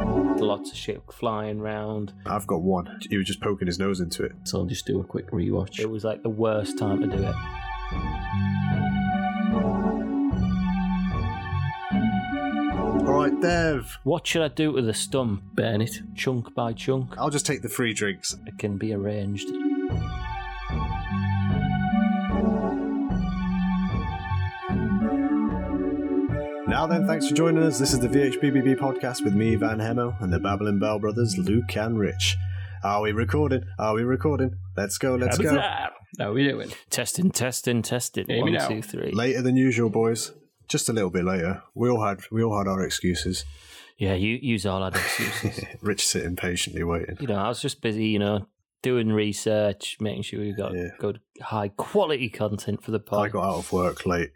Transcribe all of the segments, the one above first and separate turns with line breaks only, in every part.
lots of shit flying round.
I've got one. He was just poking his nose into it.
So I'll just do a quick rewatch.
It was like the worst time to do it.
All right, Dev.
What should I do to the stump?
Burn it.
Chunk by chunk?
I'll just take the free drinks.
It can be arranged.
Now then, thanks for joining us. This is the VHBBB podcast with me, Van Hemo, and the Babbling Bell brothers, Luke and Rich. Are we recording? Are we recording? Let's go, let's go.
How we doing?
Testing, testing, testing.
Hear me
One,
now.
two, three.
Later than usual, boys. Just a little bit later. We all had we all had our excuses.
Yeah, you use all our excuses.
Rich sitting patiently waiting.
you know, I was just busy, you know, doing research, making sure we got
Yeah.
good, high quality content for the
I
pod.
got out of work late.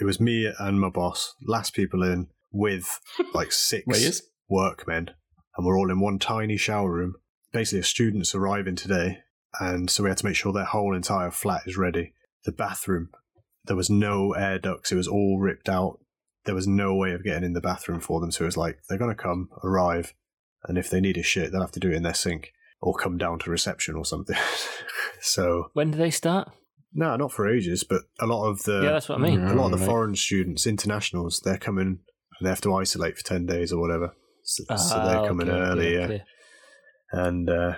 It was me and my boss, last people in, with like six
Wait,
workmen, and we're all in one tiny shower room. Basically, a student's arriving today, and so we had to make sure their whole entire flat is ready. The bathroom, there was no air ducts, it was all ripped out. There was no way of getting in the bathroom for them, so it was like, they're going to come, arrive, and if they need a shit, they'll have to do it in their sink or come down to reception or something. so,
When do they start?
no, not for ages, but a lot of
Uh,
the
yeah, that's what I mean.
Yeah.
a lot of the
Right.
foreign students, internationals, they're coming and they have to isolate for 10 days or whatever. So, so
Ah,
they're coming
okay, okay,
early, yeah.
okay.
And uh,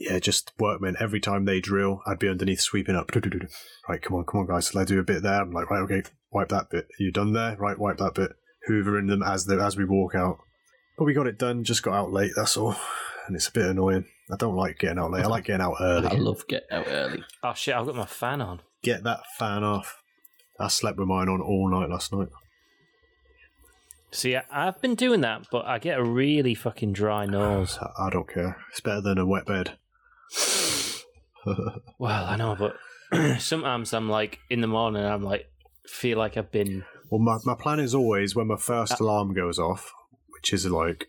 yeah, just workmen. Every time they drill, I'd be underneath sweeping up. Do-do-do-do. Right, come on, come on, guys. Let's do a bit there. I'm like, right, okay, wipe that bit. you done there? Right, wipe that bit. Hoovering them as, they, as we walk out. But we got it done, just got out late, that's all. And it's a bit annoying. I don't like getting out late. I like getting out early.
I love get out early.
Oh shit, I've got my fan on.
Get that fan off. I slept with mine on all night last night.
See, I, I've been doing that, but I get a really fucking dry nose.
I- I don't care. It's better than a wet bed.
Well, I know, but sometimes I'm like in the morning, I'm like feel like I've been
Well, my, my plan is always when my first alarm goes off, which is like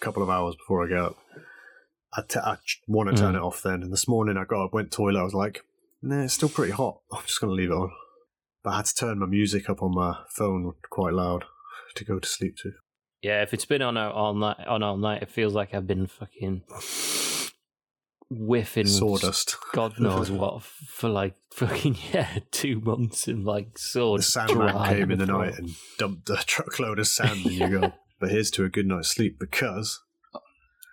a couple of hours before I get up, I want to turn it off then. And this morning I got up, went toilet, I was like, nah, it's still pretty hot. I'm just going to leave it on. But I had to turn my music up on my phone quite loud to go to sleep to.
yeah. If it's been on all- all night, on all night, it feels like I've been fucking whiffing
Sawdust.
God knows what f- for like fucking yeah, two months and like so
The sandman
dry
came in the
before.
night and dumped a truckload of sand, and you go, but here's to a good night's sleep because
Are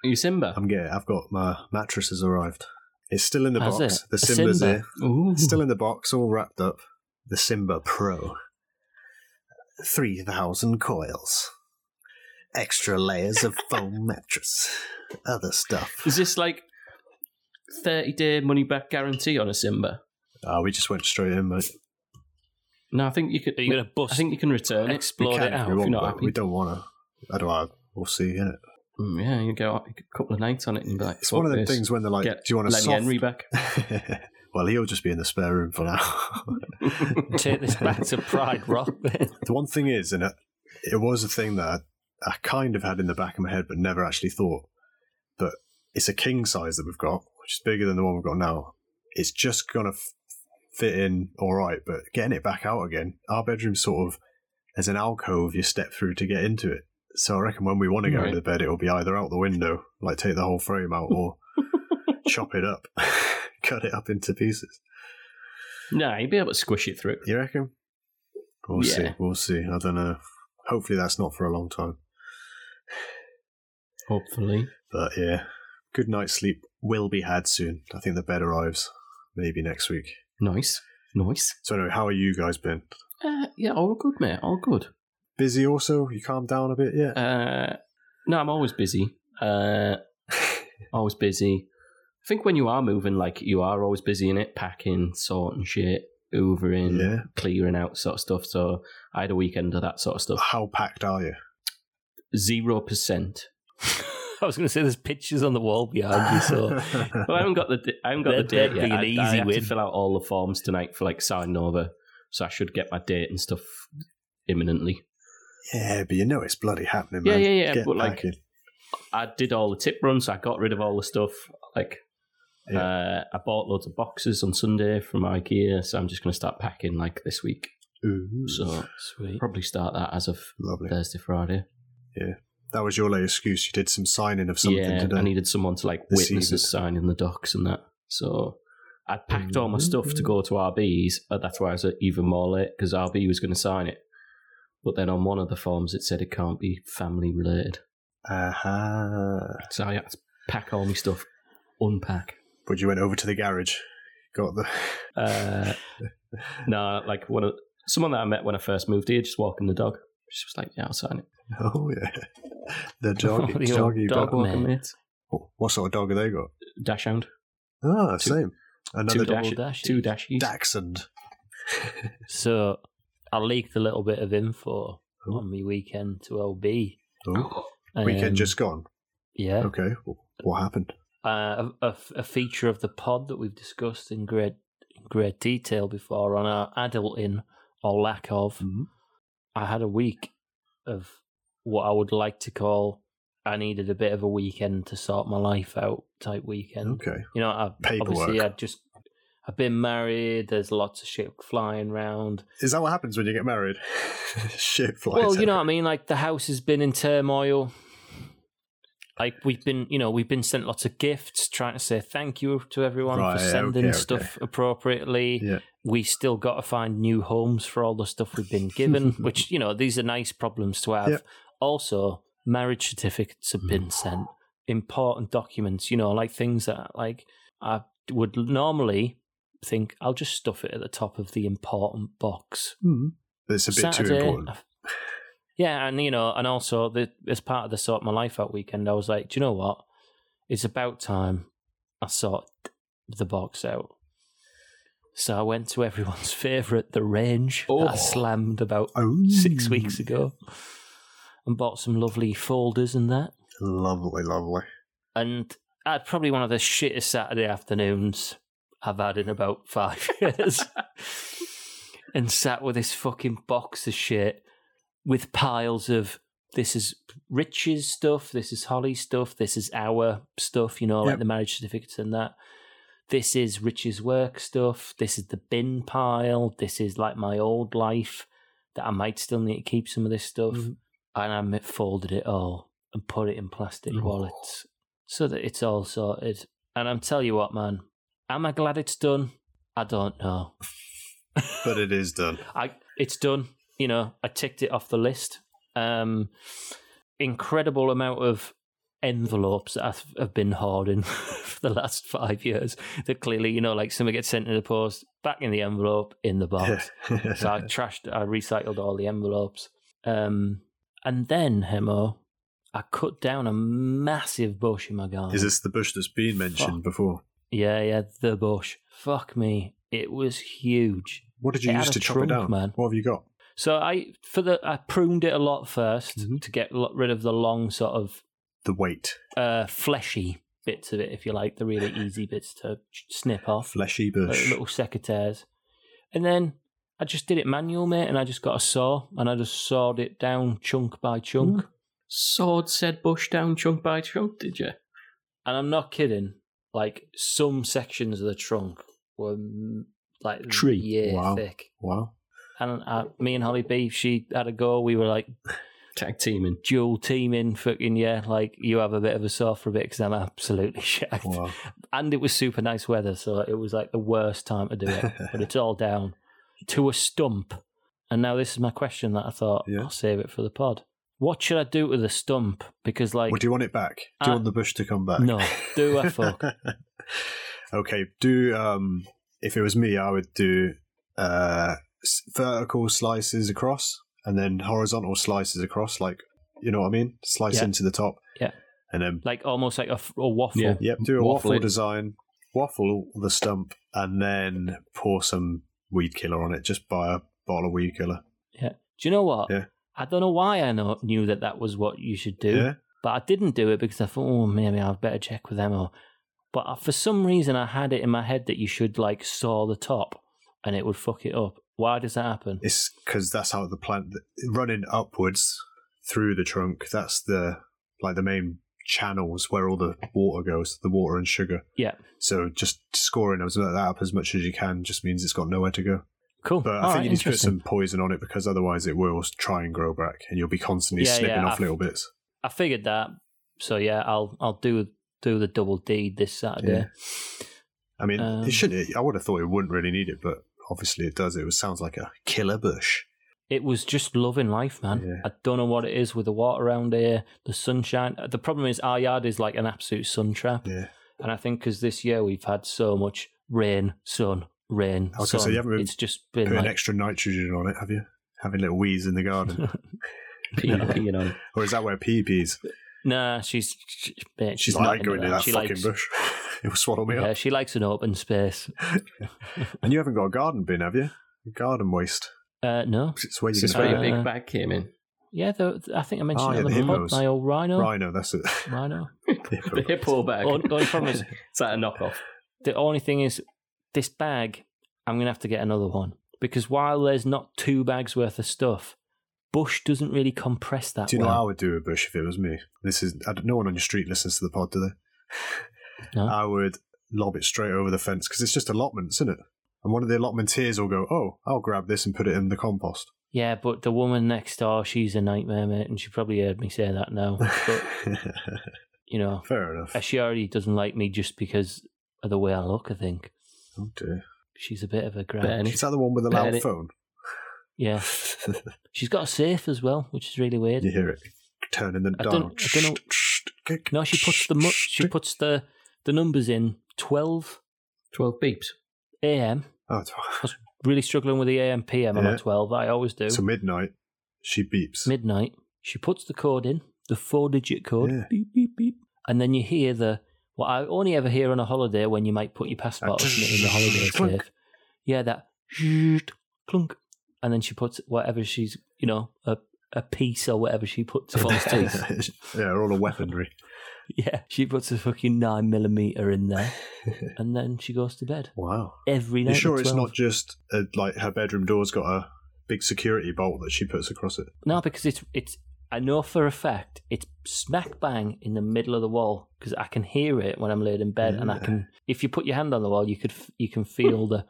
you Simba?
I'm getting. I've got my mattress has arrived. It's still in the
Has
box.
it?
The
A
Simba's
Simba?
here.
Ooh.
It's still in the box, all wrapped up. The Simba Pro. Three thousand coils. Extra layers of foam mattress. Other stuff.
Is this like 30 day money back guarantee on a Simba?
Ah, we just went straight in, mate.
No, I think you could.
Are you gonna bust?
I think you can return it.
We
explode
can
it
if
out.
we
if
want,
you're not
but
happy.
we don't want to. I don't know. We'll see, innit?
Mm, yeah, you go a couple of nights on it and you'd be like,
It's one of
"Fuck
them
this.
things when they're like,
Get
do you want a
Lenny
soft...
Henry back.
well, he'll just be in the spare room for now.
Take this back to Pride Rock. Then.
The one thing is, and it, it was a thing that I, I kind of had in the back of my head, but never actually thought. But it's a king size that we've got, which is bigger than the one we've got now. It's just gonna f- fit in all right, but getting it back out again, our bedroom sort of there's an alcove you step through to get into it. So I reckon when we want to go
Right.
into the bed, it'll be either out the window, like take the whole frame out, or chop it up, cut it up into pieces.
Nah, you'd be able to squish it through.
You reckon? We'll see.
Yeah.
We'll see. I don't know. Hopefully, that's not for a long time.
Hopefully.
But yeah, good night's sleep will be had soon. I think the bed arrives maybe next week.
Nice. Nice.
So anyway, how are you guys been?
Uh, yeah, all good, mate. All good.
Busy also? You calmed down a bit yet?
Uh, no, I'm always busy. Uh, always busy. I think when you are moving, like you are always busy in it, packing, sorting shit, hoovering,
Yeah.
clearing out sort of stuff. So I had a weekend of that sort of stuff.
how packed are you?
Zero percent.
I was going to say there's pictures on the wall behind you, so
Well, I haven't got the di- I haven't got
That'd-
the date
that'd
yet.
be an
I, I
easy
have
win.
to fill out all the forms tonight for like signing over, so I should get my date and stuff imminently.
yeah, but you know it's bloody happening,
Yeah,
man.
yeah, yeah,
Get
but, like,
packing.
I did all the tip runs. I got rid of all the stuff. Like,
Yeah.
uh, I bought loads of boxes on Sunday from IKEA, so I'm just going to start packing like this week.
Ooh,
So
sweet.
probably start that as of
lovely.
Thursday, Friday.
Yeah. That was your late excuse. You did some signing of something
yeah,
today.
I needed someone to like
This
witness
season.
us signing the docs and that. So I packed all my stuff
Mm-hmm.
to go to RB's. uh, That's why I was uh, even more late because RB was going to sign it. But then on one of the forms it said it can't be family related.
Aha.
So I had to pack all my stuff, unpack.
But you went over to the garage, got the.
Uh, no, uh, like one of someone that I met when I first moved here, just walking the dog. She was like, "Yeah, I'll sign it."
Oh, yeah. The doggy.
The old
doggy
dog
dog
walk.
Walking
man.
it.
Oh, What sort of dog have they got?
Dash hound.
Ah,
Two-
same.
Two
Another
double
dash.
dashes.
Two dashies.
Dachshund.
So I leaked a little bit of info on my weekend to LB.
Oh.
Um,
Weekend just gone.
yeah,
Okay. What happened?
uh, a, a, a feature of the pod that we've discussed in great great detail before on our adulting or lack of.
Mm.
I had a week of what I would like to call I needed a bit of a weekend to sort my life out type weekend.
Okay.
You know, I,
Paperwork.
obviously I'd just I've been married. There's lots of shit flying round.
Is that what happens when you get married? Shit flies.
Well, you know what I
out.
mean. Like the house has been in turmoil. Like we've been, you know, we've been sent lots of gifts, trying to say thank you to everyone
Right,
for sending
okay, okay.
stuff appropriately.
Yeah.
We still got to find new homes for all the stuff we've been given, which you know these are nice problems to have.
Yeah. Mm.
Also, marriage certificates have been sent, important documents, you know, like things that like I would normally think I'll just stuff it at the top of the important box.
But Hmm. It's a bit
Saturday, uh,
too important.
Yeah, and you know, and also the, as part of the sort my life out weekend, I was like, do you know what? It's about time I sort the box out. So I went to everyone's favourite, the range that
Oh.
I slammed about
Oh.
six weeks ago, and bought some lovely folders and that.
Lovely, lovely.
And I had probably one of the shittest Saturday afternoons I've had in about five years. and sat with this fucking box of shit with piles of this is Rich's stuff, this is Holly's stuff, this is our stuff, you know, like
Yep.
the marriage certificates and that. This is Rich's work stuff, this is the bin pile, this is like my old life that I might still need to keep some of this stuff. And I mi- folded it all and put it in plastic
Oh.
wallets so that it's all sorted. And I'm tell you what, man, am I glad it's done? I don't know.
But it is done.
I it's done. You know, I ticked it off the list. Um, incredible amount of envelopes that I've, have been hoarding for the last five years. That clearly, you know, like something gets sent in the post, back in the envelope, in the box so I trashed, I recycled all the envelopes. Um, and then, Hemo, I cut down a massive bush in my garden.
is this the bush that's been mentioned
Fuck.
before?
Yeah, yeah, the bush. Fuck me. It was huge.
What did you
It had
use
a
to chop
trunk,
it down?
man.
What have you got?
So I for the I pruned it a lot 1st
Mm-hmm.
to get lo- rid of the long sort of
The weight.
uh, fleshy bits of it, if you like, the really easy bits to snip off.
Fleshy
like
bush.
little secateurs. And then I just did it manual, mate, and I just got a saw and I just sawed it down chunk by chunk.
Sword Mm. said bush down chunk by chunk. Did you?
And I'm not kidding. Like some sections of the trunk were mm, like
Tree.
yeah
Wow.
thick.
Wow.
And I, me and Holly B, she had a go. We were like
Tag teaming.
dual teaming, fucking yeah. Like you have a bit of a saw for a bit because I'm absolutely shagged.
Wow.
And it was super nice weather, so it was like the worst time to do it. but it's all down to a stump. And now this is my question that I thought
Yeah.
I'll save it for the pod. What should I do to the stump? Because like
Well, do you want it back? Do you
Uh,
want the bush to come back?
no, do I fuck?
okay, do um if it was me, I would do uh s- vertical slices across and then horizontal slices across, like you know what I mean? Slice
Yeah.
into the top.
Yeah.
And then
like almost like a, f- a waffle.
Yeah.
yep, do a
Waffle
waffle,
it.
design, waffle the stump, and then pour some weed killer on it. Just buy a bottle of weed killer.
Do you know what?
Yeah.
I don't know why I know, knew that that was what you should do,
Yeah.
but I didn't do it because I thought, oh, maybe I'd better check with Emma. But I, for some reason, I had it in my head that you should like saw the top and it would fuck it up. Why does that happen?
It's because that's how the plant running upwards through the trunk. That's the like the main channels where all the water goes, the water and sugar.
Yeah.
So just scoring as that up as much as you can just means it's got nowhere to go.
cool.
But I
All
think
right,
you need to put
Oh, interesting.
some poison on it because otherwise it will try and grow back, and you'll be constantly
Yeah,
snipping
yeah,
off
I've-
little bits.
I figured that. So yeah, I'll I'll do do the double deed this Saturday.
I mean,
Um,
it shouldn't. I would have thought it wouldn't really need it, but obviously it does. It was, sounds like a killer bush.
It was just loving life, man.
Yeah.
I don't know what it is with the water around here, the sunshine. The problem is our yard is like an absolute sun trap,
Yeah,
and I think because this year we've had so much rain, sun, rain,
I was gonna
sun,
say, you haven't been
it's just been
put an
like
extra nitrogen on it, have you? Having little weeds in the garden,
Pee,
Yeah.
peeing on it.
or is that where pee pees?
Nah, she's she, mate,
She's,
she's not
like
into
going in
that.
that
she
fucking
likes,
bush. it will swallow me
Yeah,
up.
she likes an open space.
And you haven't got a garden bin, have you? Garden waste.
Uh, no,
It's where
Is
you
this
can
where your
Uh,
big bag came in?
yeah, the, I think I mentioned
Oh,
it
yeah,
on
the
the, pod,
hippos.
my old rhino.
Rhino, that's it.
Rhino.
Hippo.
The hippo bag.
Only- only problem is-
is that a knockoff?
The only thing is, this bag, I'm gonna have to get another one because while there's not two bags worth of stuff, Bush doesn't really compress that
Do you know
well.
how I would do a bush if it was me? This is I don't, no one on your street listens to the pod, do they?
No.
I would lob it straight over the fence because it's just allotments, isn't it? And one of the allotmenteers will go, "Oh, I'll grab this and put it in the compost."
yeah, but the woman next door, she's a nightmare, mate, and she probably heard me say that now. But you know, Uh,
Fair enough.
she already doesn't like me just because of the way I look. I think
Oh dear.
she's a bit of a
Burn
grouch.
it.
Is that the one with the
Burn
loud
it.
phone?
Yeah. She's got a safe as well, which is really weird.
you hear it turning the
I
dial.
don't- I don't know- No, she puts the mu- she puts the the numbers in twelve
12 beeps.
a.m.
Oh, it's-
Really struggling with the a.m. p.m. I'm
Yeah.
at twelve. I always do.
so midnight. She beeps.
Midnight. She puts the code in, the four-digit code,
Yeah.
beep beep beep, and then you hear the what I only ever hear on a holiday when you might put your passport
That
or something in the holiday
clunk.
safe. Yeah, that clunk, and then she puts whatever she's you know a a piece or whatever she puts. in.
False teeth.
yeah, all the weaponry.
Yeah, she puts a fucking nine millimeter in there, and then she goes to bed
Wow.
every night.
You
at
sure it's
12.
not just uh like her bedroom door's got a big security bolt that she puts across it?
No, because it's it's. I know for a fact it's smack bang in the middle of the wall because I can hear it when I'm laid in bed, and I can. If you put your hand on the wall, you could f- you can feel the.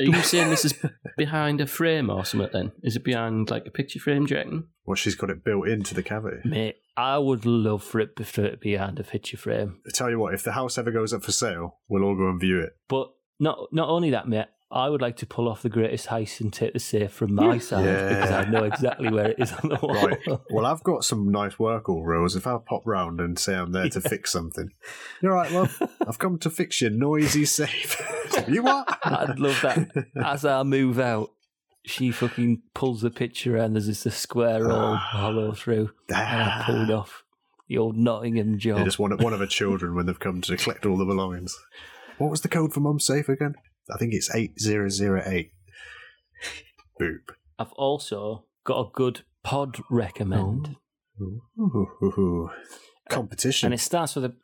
Are you saying this is behind a frame or something then? Is it behind like a picture frame, do you reckon?
Well, she's got it built into the cavity.
Mate, I would love for it for it to be behind a picture frame,
I tell you what, if the house ever goes up for sale, we'll all go and view it.
but not not only that, mate. I would like to pull off the greatest heist and take the safe from my side because I know exactly where it is on the wall.
Right. Well, I've got some nice work all Rose. If I pop round and say I'm there to fix something, you're right, love. I've come to fix your noisy safe. you what?
I'd love that. As I move out, she fucking pulls the picture and there's just a square all hollow through. And I pulled off the old Nottingham
They're
job.
just one, one of her children when they've come to collect all the belongings. What was the code for mum's safe again? I think it's 8008. Boop.
I've also got a good pod recommend.
Ooh. Competition.
And it starts with a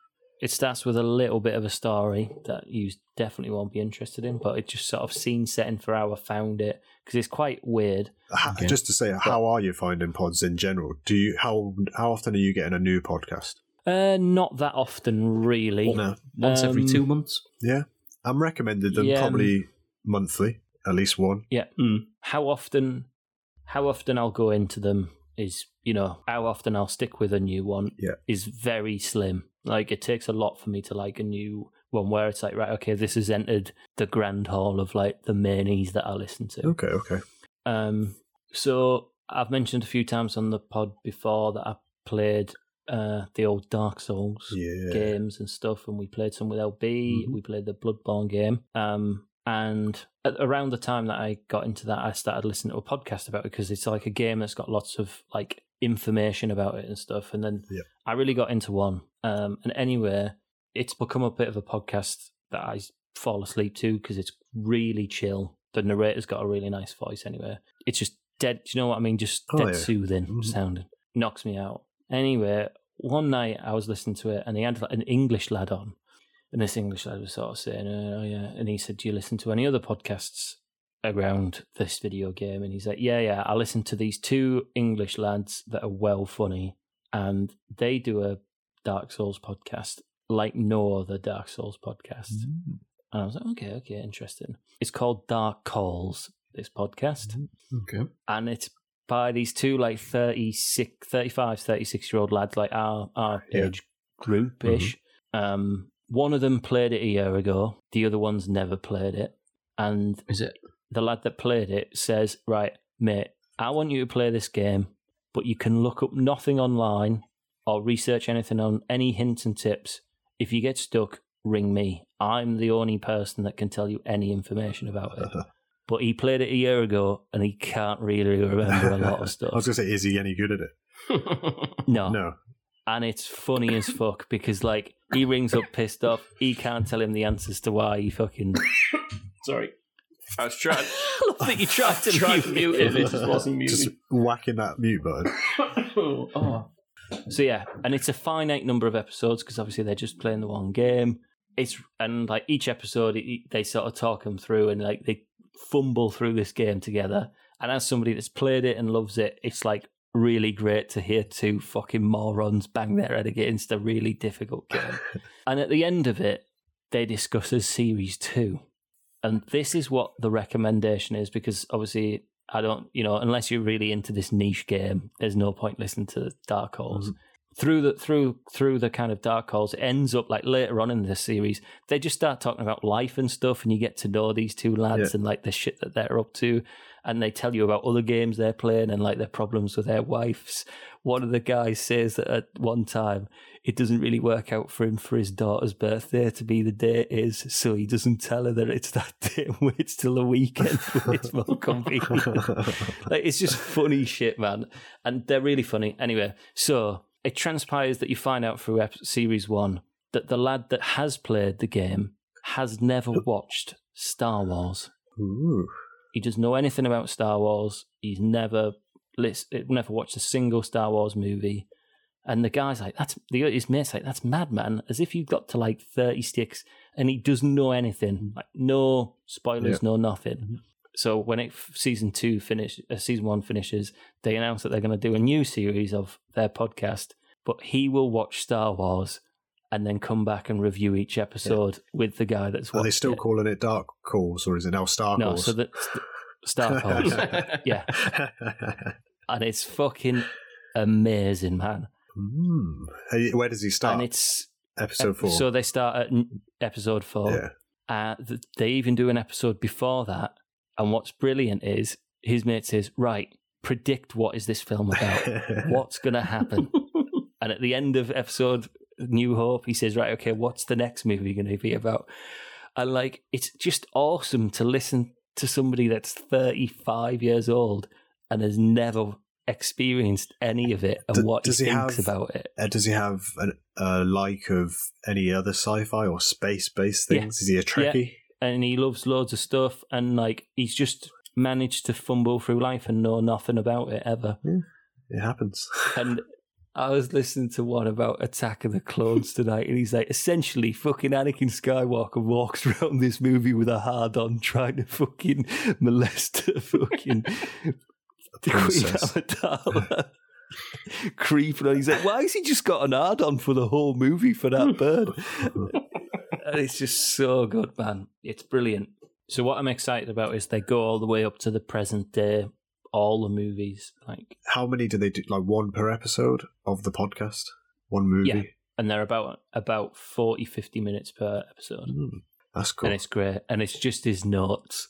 it starts with a little bit of a story that you definitely won't be interested in, but it just sort of scene setting for how I found it because it's quite weird.
Ha-
Okay.
Just to say, how are you finding pods in general? Do you how how often are you getting a new podcast?
Uh, not that often, really.
No,
Once every
Um,
two months?
yeah, I'm recommended them
Yeah, um,
probably monthly, at least one.
Yeah. How often how often I'll go into them is, you know, how often I'll stick with a new one
Yeah.
is very slim. Like it takes a lot for me to like a new one where it's like, right, okay, this has entered the grand hall of like the mainies that I listen to.
Okay, okay.
Um so I've mentioned a few times on the pod before that I played uh the old Dark Souls
Yeah,
games and stuff, and we played some with LB.
Mhm.
We played the Bloodborne game. Um, and at, around the time that I got into that, I started listening to a podcast about it because it's like a game that's got lots of like information about it and stuff. And then
Yep.
I really got into one. Um, and anyway, it's become a bit of a podcast that I fall asleep to because it's really chill. The narrator's got a really nice voice anyway. It's just dead. Do you know what I mean? Just
Oh,
dead
yeah.
soothing
Mhm.
sounding. Knocks me out. Anyway, one night I was listening to it and he had like, an English lad on. And this English lad was sort of saying, oh, yeah. And he said, Do you listen to any other podcasts around this video game? And he's like, Yeah, yeah. I listen to these two English lads that are well funny. And they do a Dark Souls podcast like no other Dark Souls podcast.
Mm-hmm.
And I was like, okay, okay, interesting. It's called Dark Calls, this podcast.
Okay.
And it's by these two like 36, 35, 36 year old lads, like our, our
Yeah.
age group ish. Um, one of them played it a year ago, the other one's never played it. And
Is it?
the lad that played it says, Right, mate, I want you to play this game, but you can look up nothing online or research anything on any hints and tips. If you get stuck, ring me. I'm the only person that can tell you any information about it. But he played it a year ago and he can't really remember a lot of
I was
stuff.
going to say, is he any good at it?
No.
No.
And it's funny as fuck because, like, he rings up pissed off. He can't tell him the answers to why he fucking.
Sorry. I was trying.
I love that you tried to
tried
mute
mute
him.
it. It just wasn't
Just
muted.
whacking that mute button.
oh.
So yeah, and it's a finite number of episodes because obviously they're just playing the one game. It's and like each episode it- they sort of talk them through and like they fumble through this game together. And as somebody that's played it and loves it, it's like really great to hear two fucking morons bang their head against a really difficult game. and at the end of it, they discuss as series two. And this is what the recommendation is because obviously I don't, you know, unless you're really into this niche game, there's no point listening to Dark Halls. Through the through through the kind of Dark Halls, it ends up like later on in the series, they just start talking about life and stuff, and you get to know these two lads and like the shit that they're up to, and they tell you about other games they're playing and like their problems with their wives. One of the guys says that at one time it doesn't really work out for him for his daughter's birthday to be the day it is, so he doesn't tell her that it's that day and waits till the weekend when it's more convenient like it's just funny shit, man. And they're really funny. Anyway, so it transpires that you find out through ep- series one that the lad that has played the game has never watched Star Wars.
Ooh.
He doesn't know anything about Star Wars. He's never lis- never watched a single Star Wars movie. And the guy's like, "That's the his mate's like, that's mad, man. As if you got to like thirty sticks and he doesn't know anything, like no spoilers, no nothing." So when it season two finish, uh, season one finishes, they announce that they're going to do a new series of their podcast, but he will watch Star Wars and then come back and review each episode with the guy that's.
Are they
watched
still
it.
calling it Dark Calls or is it now Star
No,
Calls?
so that Star Wars, yeah, and it's fucking amazing, man.
Hmm. Hey, Where does he start?
And it's uh,
Episode 4.
so they start at n- episode four.
yeah.
Uh, th- they even do an episode before that, and what's brilliant is his mate says, "Right, predict what is this film about? What's going to happen?" and at the end of episode New Hope, he says, "Right, okay, what's the next movie going to be about?" And like, it's just awesome to listen to somebody that's thirty-five years old and has never experienced any of it and
D-
what
does
he
he
thinks
have-
about it.
Uh, does he have an, a like of any other sci-fi or space-based
Yeah.
things? Is he a Trekkie?
and he loves loads of stuff and like he's just managed to fumble through life and know nothing about it ever
It happens.
and I was listening to one about Attack of the Clones tonight, and he's like, essentially, fucking Anakin Skywalker walks around this movie with a hard on, trying to fucking molest a fucking Queen
princess.
Amidala. Creeping on. He's like, why has he just got an hard on for the whole movie for that bird? and it's just so good, man. It's brilliant. So, what I'm excited about is they go all the way up to the present day, all the movies. Like,
How many do they do? Like one per episode of the podcast? One movie?
Yeah. and they're about about 40 50 minutes per episode
Hmm. That's cool.
and it's great and it's just his notes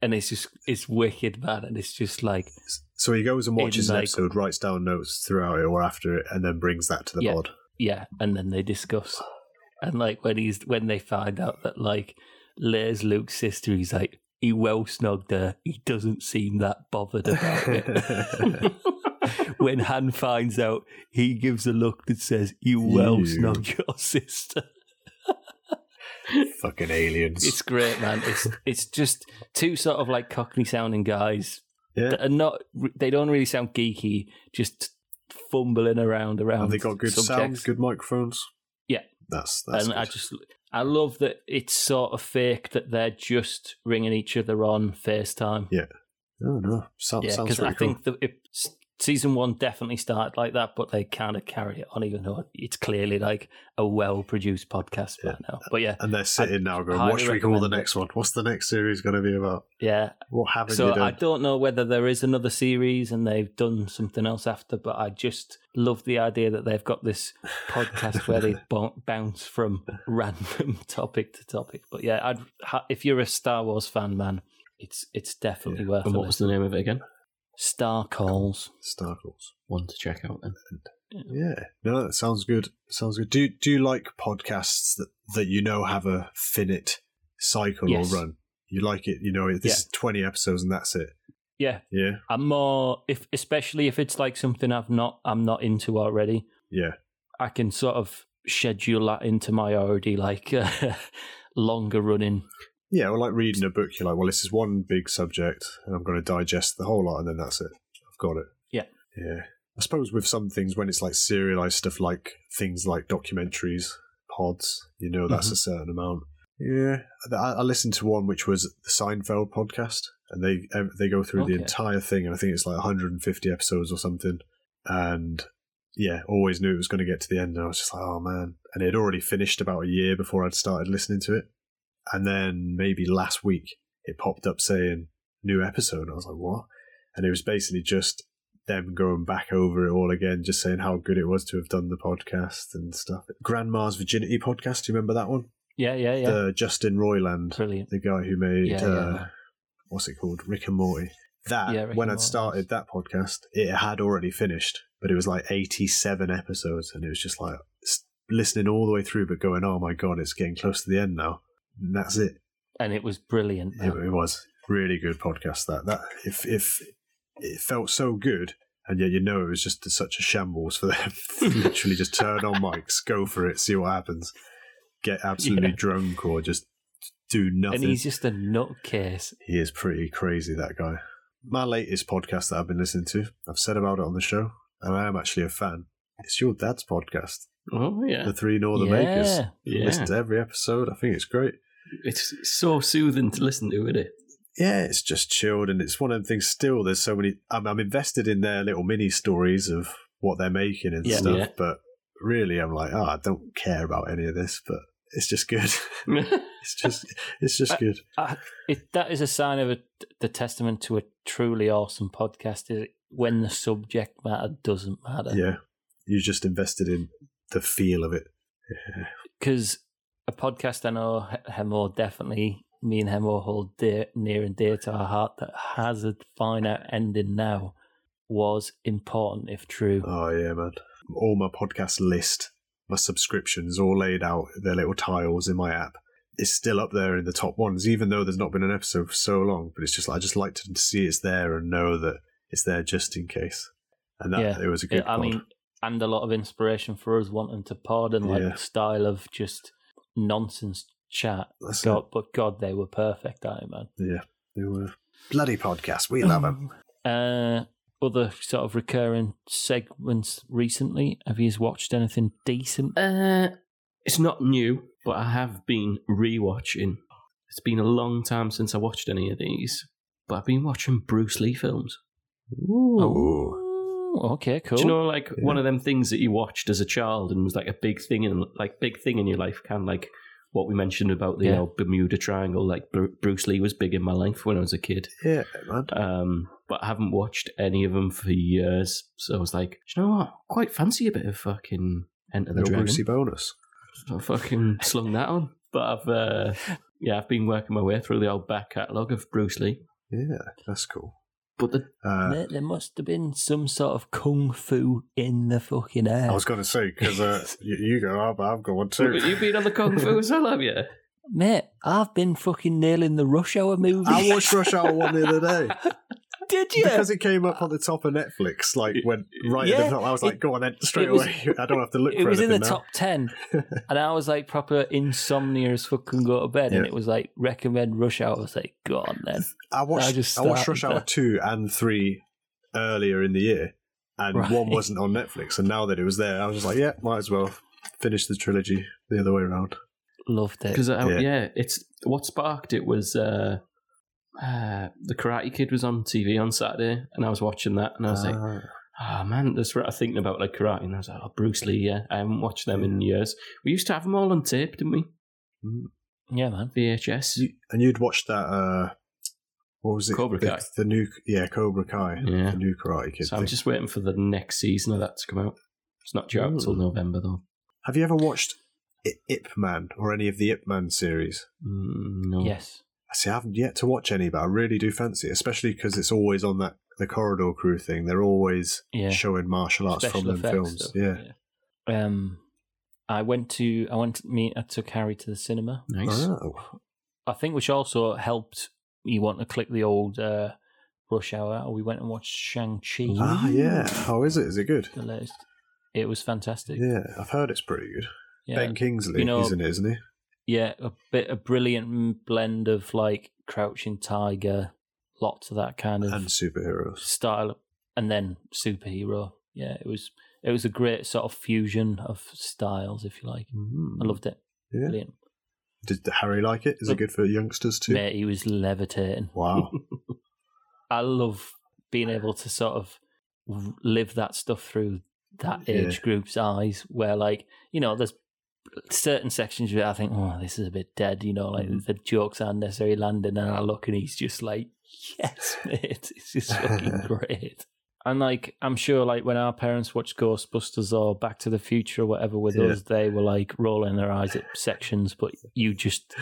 and it's just it's wicked man and it's just like
So he goes and watches
in,
an
like-
episode, writes down notes throughout it or after it, and then brings that to the
Yeah.
pod.
yeah and then they discuss and like when he's when they find out that like Leia's Luke's sister he's like he well snogged her he doesn't seem that bothered about it when Han finds out he gives a look that says you well
Ew.
snogged your sister
Fucking aliens.
It's great, man. It's it's just two sort of like cockney sounding guys
Yeah.
that are not. They don't really sound geeky. Just fumbling around around.
Have they got good sound,
subjects.
good microphones?
Yeah.
That's that's
and I
good.
just I love that it's sort of fake that they're just ringing each other on FaceTime.
Oh no. Sound,
Yeah,
sounds
because
really
I
cool.
think that if s- season one definitely started like that, but they kind of carried it on, even though it's clearly like a well produced podcast by now. But yeah,
And they're sitting now going,
highly
what should we call the
recommend it.
next one? What's the next series going to be about?
yeah.
What haven't you
So
done?
I don't know whether there is another series and they've done something else after, but I just love the idea that they've got this podcast where they bo- bounce from random topic to topic. But yeah, I'd, ha- if you're a Star Wars fan, man, it's it's definitely worth
And
a
what was the name of it again?
Star Calls.
Star Wars.
One to check out then.
Yeah, no, that sounds good. Sounds good. Do you- do you like podcasts that that you know have a finite cycle
Yes.
or run? You like it, you know. This
Yeah.
is twenty episodes and that's it.
Yeah,
Yeah,
I'm more if especially if it's like something I've not I'm not into already.
yeah,
I can sort of schedule that into my already like uh, longer running.
yeah. Well, like reading a book, you're like, well, this is one big subject, and I'm going to digest the whole lot, and then that's it. I've got it.
Yeah.
yeah. I suppose with some things, when it's like serialized stuff, like things like documentaries, pods, you know,
Mm-hmm.
that's a certain amount. Yeah, I, I listened to one which was the Seinfeld podcast, and they ev- they go through
Okay.
the entire thing, and I think it's like 150 episodes or something. And yeah, always knew it was going to get to the end, and I was just like, oh man. And it had already finished about a year before I'd started listening to it. And then maybe last week it popped up saying new episode, and I was like, what? And it was basically just them going back over it all again, just saying how good it was to have done the podcast and stuff. Grandma's Virginity podcast, do you remember that one?
Yeah, yeah, yeah.
The Justin Roiland,
Brilliant.
the guy who made
Yeah,
uh,
yeah.
what's it called, Rick and Morty. That
Yeah, Rick
when
and
I'd
Morty.
started that podcast, it had already finished, but it was like eighty-seven episodes, and it was just like s- listening all the way through, but going, "Oh my god, it's getting close to the end now." And that's it.
And it was brilliant.
It, it was really good podcast. That that if if it felt so good, and yet you know it was just such a shambles for them. Literally, just turn on mics, go for it, see what happens, get absolutely
Yeah.
drunk or just do nothing.
and he's just a nutcase.
He is pretty crazy, that guy. My latest podcast that I've been listening to, I've said about it on the show, and I am actually a fan. It's your dad's podcast,
Oh yeah,
The Three Northern
yeah.
Makers.
yeah.
Listen to every episode. I think it's great.
It's so soothing to listen to, isn't it?
yeah, it's just chilled, and it's one of them things. Still, there's so many. I'm, I'm invested in their little mini stories of what they're making and
Yeah.
stuff,
Yeah.
but really, I'm like, oh, I don't care about any of this, but it's just good. it's just, it's just good.
It, that is a sign of a, the testament to a truly awesome podcast. Is when the subject matter doesn't matter.
Yeah, you're just invested in the feel of it.
because a podcast I know H- Hemo definitely me and Hemo hold dear, near and dear to our heart that has a finite ending now was important if true.
Oh yeah, man. All my podcast list, my subscriptions, all laid out. Their little tiles in my app. It's still up there in the top ones, even though there's not been an episode for so long. But it's just I just like to see it's there and know that it's there just in case. And that
Yeah.
it was a good.
I
pod.
mean, and a lot of inspiration for us wanting to pardon like
Yeah.
the style of just nonsense chat.
That's
God, but God, they were perfect, I man.
it. yeah, they were bloody podcast. We
Oh.
love them.
Uh, other sort of recurring segments recently. Have you watched anything decent?
Uh, it's not new, but I have been rewatching. It's been a long time since I watched any of these, but I've been watching Bruce Lee films. Oh,
Ooh, okay, cool.
Do you know, like
Yeah.
one of them things that you watched as a child and was like a big thing in like big thing in your life, kind of like what we mentioned about the you
Yeah.
know, Bermuda Triangle. Like Bru- Bruce Lee was big in my life when I was a kid.
Yeah, man.
um, but I haven't watched any of them for years. So I was like, do you know what? Quite fancy a bit of fucking Enter the
Your
Dragon.
Brucey bonus.
So I fucking slung that on. But I've uh, yeah, I've been working my way through the old back catalogue of Bruce Lee.
Yeah, that's cool.
But the
Uh,
there, there must have been some sort of kung fu in the fucking air.
I was going to say because uh, you, you go, I've, I've got one too.
you've been on the kung fu as well, have you?
Mate, I've been fucking nailing the Rush Hour movie.
I watched Rush Hour one the other day.
Did you?
Because it came up on the top of Netflix, like when right at
Yeah,
the top, I was like,
it-
"Go on then, straight
it was-
away. I don't have to look
It
for
was in
anything
the
now."
top 10, and I was like proper insomnia as fucking go to bed, and
Yeah.
it was like recommend Rush Hour. I was like, go on then.
I watched, I,
I just
watched
started
Rush Hour
there.
two and three earlier in the year, and
Right.
one wasn't on Netflix. And now that it was there, I was just like, "Yeah, might as well finish the trilogy the other way around."
Loved it.
Because uh, yeah.
Yeah.
it's what sparked it was uh, uh, the Karate Kid was on TV on Saturday, and I was watching that, and I was like, Oh man, that's what I was thinking about like karate, and I was like, oh, Bruce Lee. Yeah, I haven't watched them in years. We used to have them all on tape, didn't we?
Yeah, man.
VHS.
And you'd watched that. uh What was it?
Cobra
the,
Kai.
The new, yeah, Cobra Kai.
Yeah.
The new Karate Kid.
So I'm
thing.
just waiting for the next season of that to come out. It's not due out until
Ooh.
November though.
Have you ever watched I- Ip Man or any of the Ip Man series?
Mm, no.
Yes.
I see. I haven't yet to watch any, but I really do fancy it, especially because it's always on that the corridor crew thing. They're always
Yeah.
showing martial arts
Special
from them
effects
films.
stuff,
Yeah.
Um, I went to I went to meet I took Harry to the cinema.
Nice.
Oh,
I think which also helped you want to click the old uh, rush hour. We went and watched Shang Chi.
ah, yeah. How is it? Is it good?
The latest. It was fantastic.
Yeah, I've heard it's pretty good.
Yeah.
Ben Kingsley,
You know-
isn't it? Isn't he?
Yeah, a bit a brilliant blend of like crouching tiger, lots of that kind of
And superheroes.
style, and then superhero. Yeah, it was it was a great sort of fusion of styles, if you like.
Hmm.
Mm.
I loved it.
Yeah.
Brilliant.
Did Harry like it? Is it good for youngsters too?
Mate, he was levitating.
Wow.
I love being able to sort of r- live that stuff through that
Yeah.
age group's eyes, where like you know, there's certain sections where I think, oh, this is a bit dead. You know, like
Mhm.
the jokes aren't necessarily landing, and I look and he's just like, yes, mate, this is fucking great. And like, I'm sure, like when our parents watched Ghostbusters or Back to the Future or whatever with
Yeah.
us, they were like rolling their eyes at sections, but you just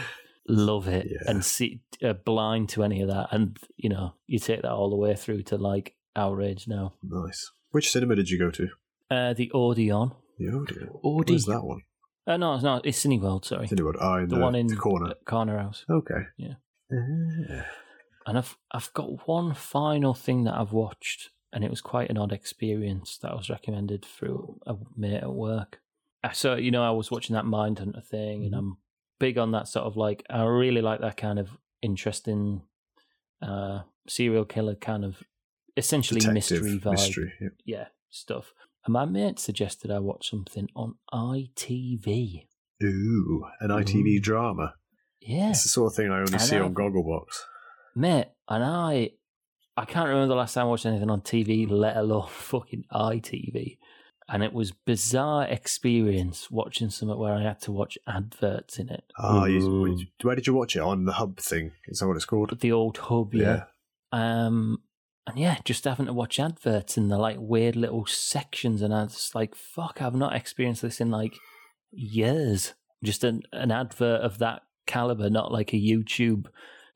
love it
Yeah.
and see uh, blind to any of that and you know you take that all the way through to like our age now
nice. Which cinema did you go to?
uh the odeon
The Odeon.
Audi.
Where's that one?
uh, no it's not it's cineworld sorry
Cineworld. Ah, in
the one in
the corner.
corner house
Okay.
Yeah.
Ah.
and i've i've got one final thing that i've watched and it was quite an odd experience that was recommended through a mate at work Uh, so you know i was watching that mindhunter thing and
Mm-hmm.
i'm big on that sort of like i really like that kind of interesting uh serial killer kind of essentially
Detective
mystery vibe
mystery. yeah.
yeah, stuff. And my mate suggested I watch something on ITV.
Ooh, an ITV drama.
Yeah,
It's the sort of thing I only
I
see
know.
on Gogglebox.
mate. And I, I can't remember the last time I watched anything on TV, let alone fucking ITV. And it was bizarre experience watching something where I had to watch adverts in it.
Ah, you,
Ooh.
which- where did you watch it? On the hub thing. Is that what it's called?
The old hub, yeah. Um, and yeah, just having to watch adverts in the like weird little sections, and I was just like, fuck, I've not experienced this in like years. Just an, an advert of that caliber, not like a YouTube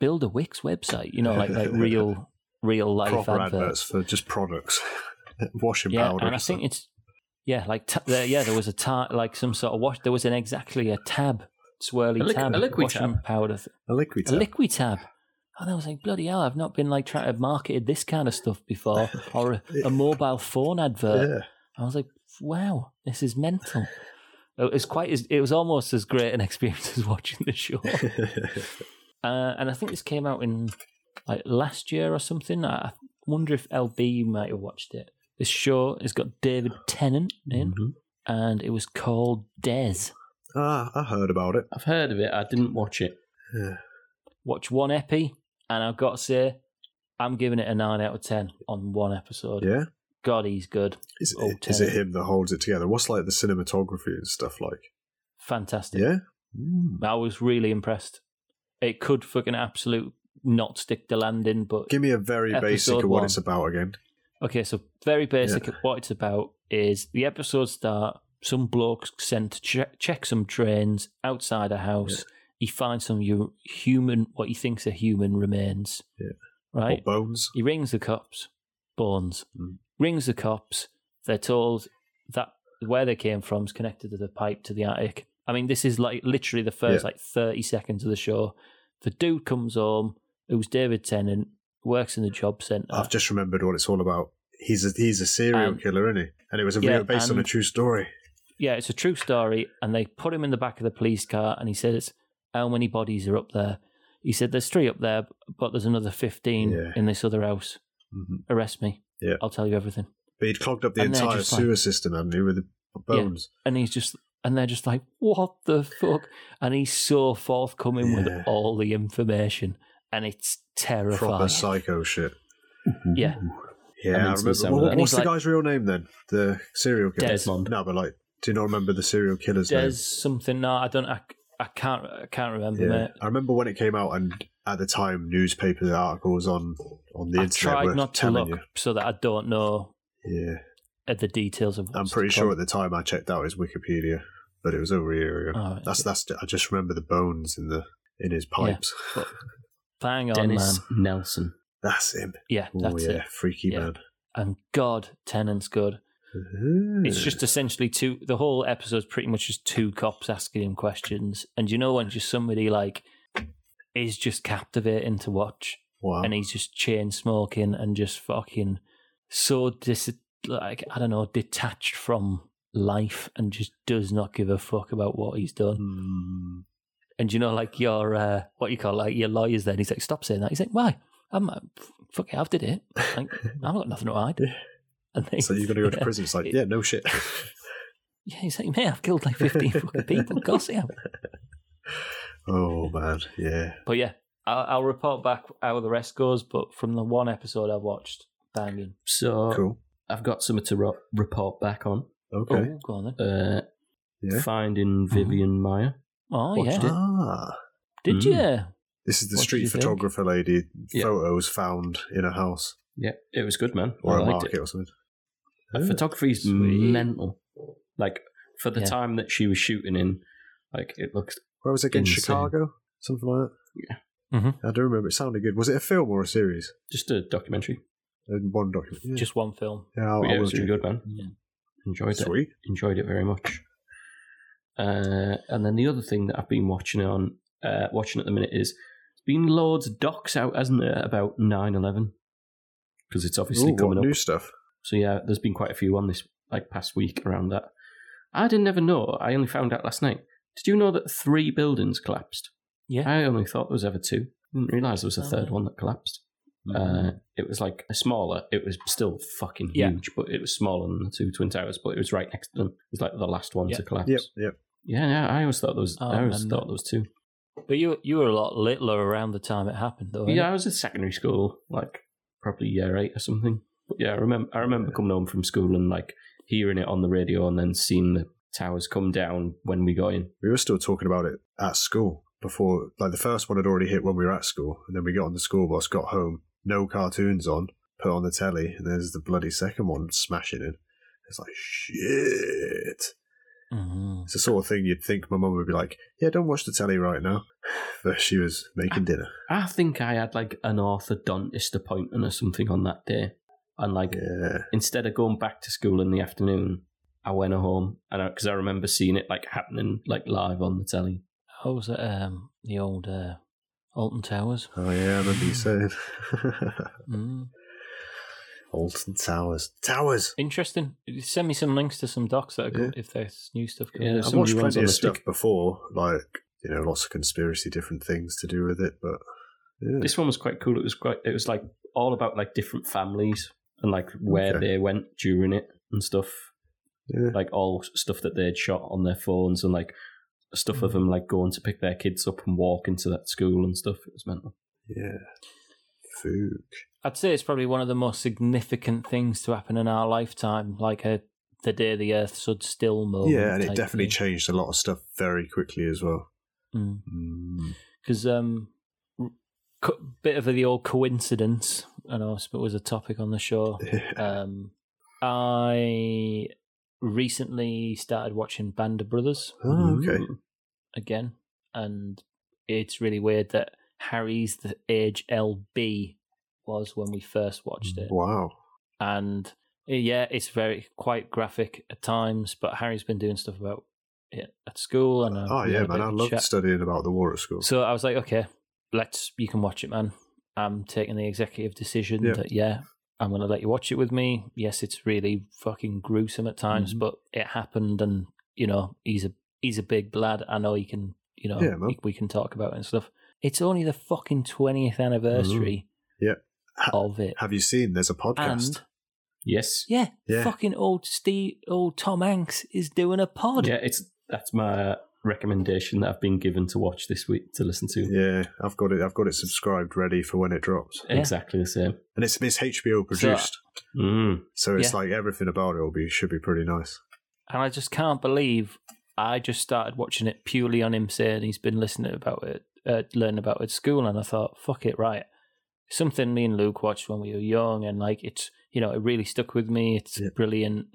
build a Wix website, you know, like like real real life
Proper adverts.
adverts.
for just products, washing
Yeah,
powder.
and I
stuff.
think it's yeah, like ta- there, yeah, there was a ta- like some sort of wash. There was an exactly a tab swirly
A liqu-
tab
a liquid
washing
tab.
powder. Th-
a liquid.
a liquid tab. And I was like, bloody hell, I've not been like trying to marketed this kind of stuff before or a, a mobile phone advert.
yeah.
I was like, wow, this is mental. It was quite as, it was almost as great an experience as watching the show. Uh, and I think this came out in like last year or something. I I wonder if LB might have watched it. This show has got David Tennant
Mm.
in
Mm-hmm.
Mhm.
and it was called Des.
ah, I heard about it.
I've heard of it. I didn't watch it.
Yeah.
Watch one epi and I've got to say, I'm giving it a 9 out of 10 on one episode.
Yeah?
God, he's good.
Is,
Oh,
it, is it
Tennant.
him that holds it together? What's like the cinematography and stuff like?
Fantastic.
Yeah? Mm.
I was really impressed. It could fucking absolute not stick the landing, but
Give me a very basic
Episode
of what
one.
it's about again.
okay. So very basic. What it's about is the episodes start. Some blokes sent to check, check some trains outside a house. He finds some u- human, what he thinks are human remains.
Yeah.
Right.
Or Bones.
He rings the cops, Bones.
Mm.
Rings the cops. They're told that where they came from is connected to the pipe to the attic. I mean, this is like literally the first
Yeah.
like 30 seconds of the show. The dude comes home, who's David Tennant, works in the job centre.
I've just remembered what it's all about. He's a, he's a serial
And-
killer, isn't he? And it was a
Um, Yeah, um,
real based on a
and-
true story.
yeah, it's a true story. And they put him in the back of the police car and he says, How many bodies are up there? He said, There's three up there, but there's another 15
Yeah.
in this other house.
hmm
Arrest me.
Yeah.
I'll tell you everything.
But he'd clogged up the
And they're
entire
just like-
sewer system, hadn't he, with the bones.
and he's just and they're just like what the fuck and he's so forthcoming
Yeah.
with all the information and it's terrifying
Proper psycho shit.
yeah
Yeah, I
I'm
remember.
into the sound
What-
of that.
And
what's
he's
the
like-
guy's real name then? The serial killer.
Desmond.
No, but like, do you not remember the serial killer's
Des
name?
something. No, I don't. I, I can't. I can't remember,
Yeah,
mate.
I remember when it came out, and at the time, newspapers articles on on the
I
internet were
tried not to
telling
look so that I don't know
you. Yeah,
at the details of.
I'm
what's
pretty
to
sure
come.
at the time I checked out his Wikipedia, but it was over a year ago.
Alright,
that's that's. I just remember the bones in the in his pipes.
Bang on,
Dennis
man.
Nelson.
That's him.
Yeah,
Oh
that's
yeah,
it.
freaky
Yeah.
man.
And God, Tennant's good. It's
Ooh.
just essentially two. The whole episode's pretty much just two cops asking him questions, and you know when just somebody like is just captivating to watch,
wow.
and he's just chain smoking and just fucking so dis like I don't know detached from life and just does not give a fuck about what he's done.
Mm.
And you know like your uh, what you call like your lawyers. Then he's like, stop saying that. He's like, why? I'm uh, f- fuck it. I've did it. Like, I've got nothing to hide.
Yeah.
And they,
so you're gonna go to
yeah.
prison? It's like,
It-
yeah, no shit.
Yeah, he's like, mate, I've killed like 15 fucking people. Of course I have.
oh man, yeah.
But yeah, I'll, I'll report back how the rest goes. But from the one episode I've watched, banging.
So
Cool.
I've got something to ro- report back on.
Okay.
Oh, go on then.
Uh,
Yeah. Mm-hmm.
Finding Vivian Meyer.
Oh,
Watched
yeah.
it.
Ah,
Did
Mm.
you?
this is the
What did
street
you think?
photographer lady.
Yeah.
Photos found in a house
Yeah, it was good, man.
or
I
a
liked
market
it.
or something. Oh.
Like, photography's
Sweet.
mental. Like for the
Yeah.
time that she was shooting in, like it looks.
Where was it again?
Insane.
Chicago, something like
Yeah.
that.
Mhm.
I don't remember. It sounded good. Was it a film or a series?
Just a documentary.
In one document. Yeah,
Just one film.
yeah, I'll,
But yeah,
I'll
it was
watch
really
it.
good, man.
Yeah.
Enjoyed it.
Sweet.
Enjoyed it very much. Uh, and then the other thing that I've been watching on, uh, watching at the minute is there's been loads of docs out, hasn't there, about 9-11? Because it's obviously
Ooh, what
coming up.
new stuff?
So yeah, there's been quite a few on this like past week around that. I didn't ever know. I only found out last night. Did you know that three buildings collapsed?
Yeah.
I only thought there was ever two. Didn't realise there was a third one that collapsed. Uh, it was like a smaller. It was still fucking
Yeah.
huge, but it was smaller than the two twin towers. But it was right next to them. It was like the last one to
Yeah.
collapse.
Yep, yep.
Yeah, yeah. I always thought there was.
Oh,
I always
remember.
thought there was two.
But you you were a lot littler around the time it happened, though.
yeah,
Yeah.
I was at secondary school, like probably year eight or something. But yeah, I remember. I remember coming home from school and like hearing it on the radio, and then seeing the towers come down when we got in.
We were still talking about it at school before. Like the first one had already hit when we were at school, and then we got on the school bus, got home, no cartoons on, put on the telly, and there's the bloody second one smashing in. It's like shit.
hmm
It's the sort of thing you'd think my mum would be like, "Yeah, don't watch the telly right now," but she was making dinner.
I think I had like an orthodontist appointment or something on that day, and like
Yeah,
instead of going back to school in the afternoon, I went home, and because I, remember seeing it like happening like live on the telly.
How was it? Um, the old uh, Alton Towers.
oh yeah, I remember you saying
Mm.
Alton Towers, towers.
Interesting. Send me some links to some docs that are good if there's new stuff coming.
Yeah,
out.
there's
I've
some
watched
new ones
plenty
on
of
the
stuff
stick.
before, like you know, lots of conspiracy, different things to do with it, but yeah.
This one was quite cool. It was quite. It was like all about like different families and like where
Okay.
they went during it and stuff.
yeah.
like all stuff that they'd shot on their phones and like stuff
Mm.
of them like going to pick their kids up and walk into that school and stuff. It was mental.
Yeah. Food.
I'd say it's probably one of the most significant things to happen in our lifetime, like a the day the Earth stood still moment.
yeah, and it definitely changed a lot of stuff very quickly as well.
changed.
Mm.
Because um, co- bit of the old coincidence, I know, it was a topic on the show. Um, I recently started watching Band of Brothers
Oh, okay.
Mm.
again, and it's really weird that Harry's the age LB was when we first watched it.
Wow.
and uh, yeah, it's very quite graphic at times. But Harry's been doing stuff about it at school, and uh,
Oh,
we
yeah,
had a
man.
bit
I
of a
loved
chat.
studying about the war at school.
So I was like, okay, let's you can watch it, man. I'm taking the executive decision
Yeah.
that yeah, I'm gonna let you watch it with me. Yes, it's really fucking gruesome at times,
Mm-hmm.
Mhm.
but it happened, and you know he's a he's a big lad. I know he can, you know,
Yeah, man.
we, we can talk about it and stuff. It's only the fucking twentieth anniversary.
Mm-hmm. Yeah. Ha-
of it.
Have you seen there's a
And
podcast?
Yes.
yeah,
Yeah.
fucking old Steve, old Tom Hanks is doing a pod.
Yeah, it's that's my recommendation that I've been given to watch this week to listen to.
Yeah, I've got it. I've got it subscribed, ready for when it drops.
Yeah.
Exactly the same.
And it's it's HBO produced,
Mm.
so, it's
Yeah.
like everything about it will be should be pretty nice.
And I just can't believe I just started watching it purely on him saying he's been listening about it, uh, learning about it at school. And I thought, fuck it, right. Something me and Luke watched when we were young, and like it's, you know, it really stuck with me. It's
Yeah.
brilliant.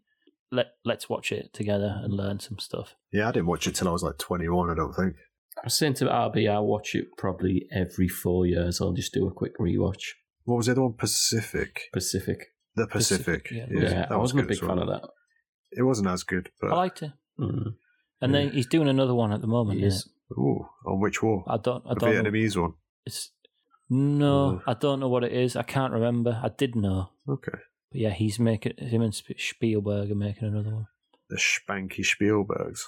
Let, let's watch it together and learn some stuff.
Yeah, I didn't watch it till I was like twenty one. I don't think.
I was saying to RB, I watch it probably every four years. I'll just do a quick rewatch.
What was the other one? Pacific.
Pacific.
The
Pacific,
Pacific.
yeah.
Yeah,
that
I
was
wasn't a
good
big
as well.
fan of that.
It wasn't as good, but
I liked it.
Mm.
And
yeah.
then he's doing another one at the moment.
He
isn't
is.
it?
ooh, on which war?
I don't, I
The
don't know.
Vietnamese one.
It's, no,
Mm.
I don't know what it is. I can't remember. I did know.
Okay,
But yeah, he's making, him and Sp- Spielberg are making another one.
the Spanky Spielbergs.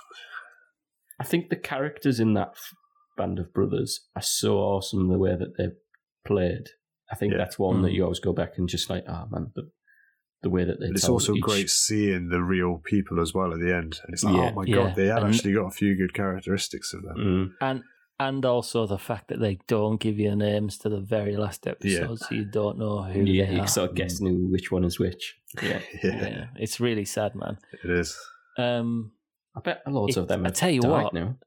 I think the characters in that f- band of brothers are so awesome the way that they're played. I think
Yeah.
that's one
Mm.
that you always go back and just like, ah, man, the, the way that they
And it's
tell
also
each-
great seeing the real people as well at the end. And it's like,
Yeah,
oh my
yeah.
god, they have
And-
actually got a few good characteristics of them.
Mm.
and and also the fact that they don't give you names to the very last episode, so you don't know who
Yeah,
they
you
are.
sort of guessing who, which one is which. Yeah.
Yeah,
Mm, Yeah, it's really sad, man.
it is.
Um,
I bet a lot
It-
of them
I
have
tell you
died
what.
now.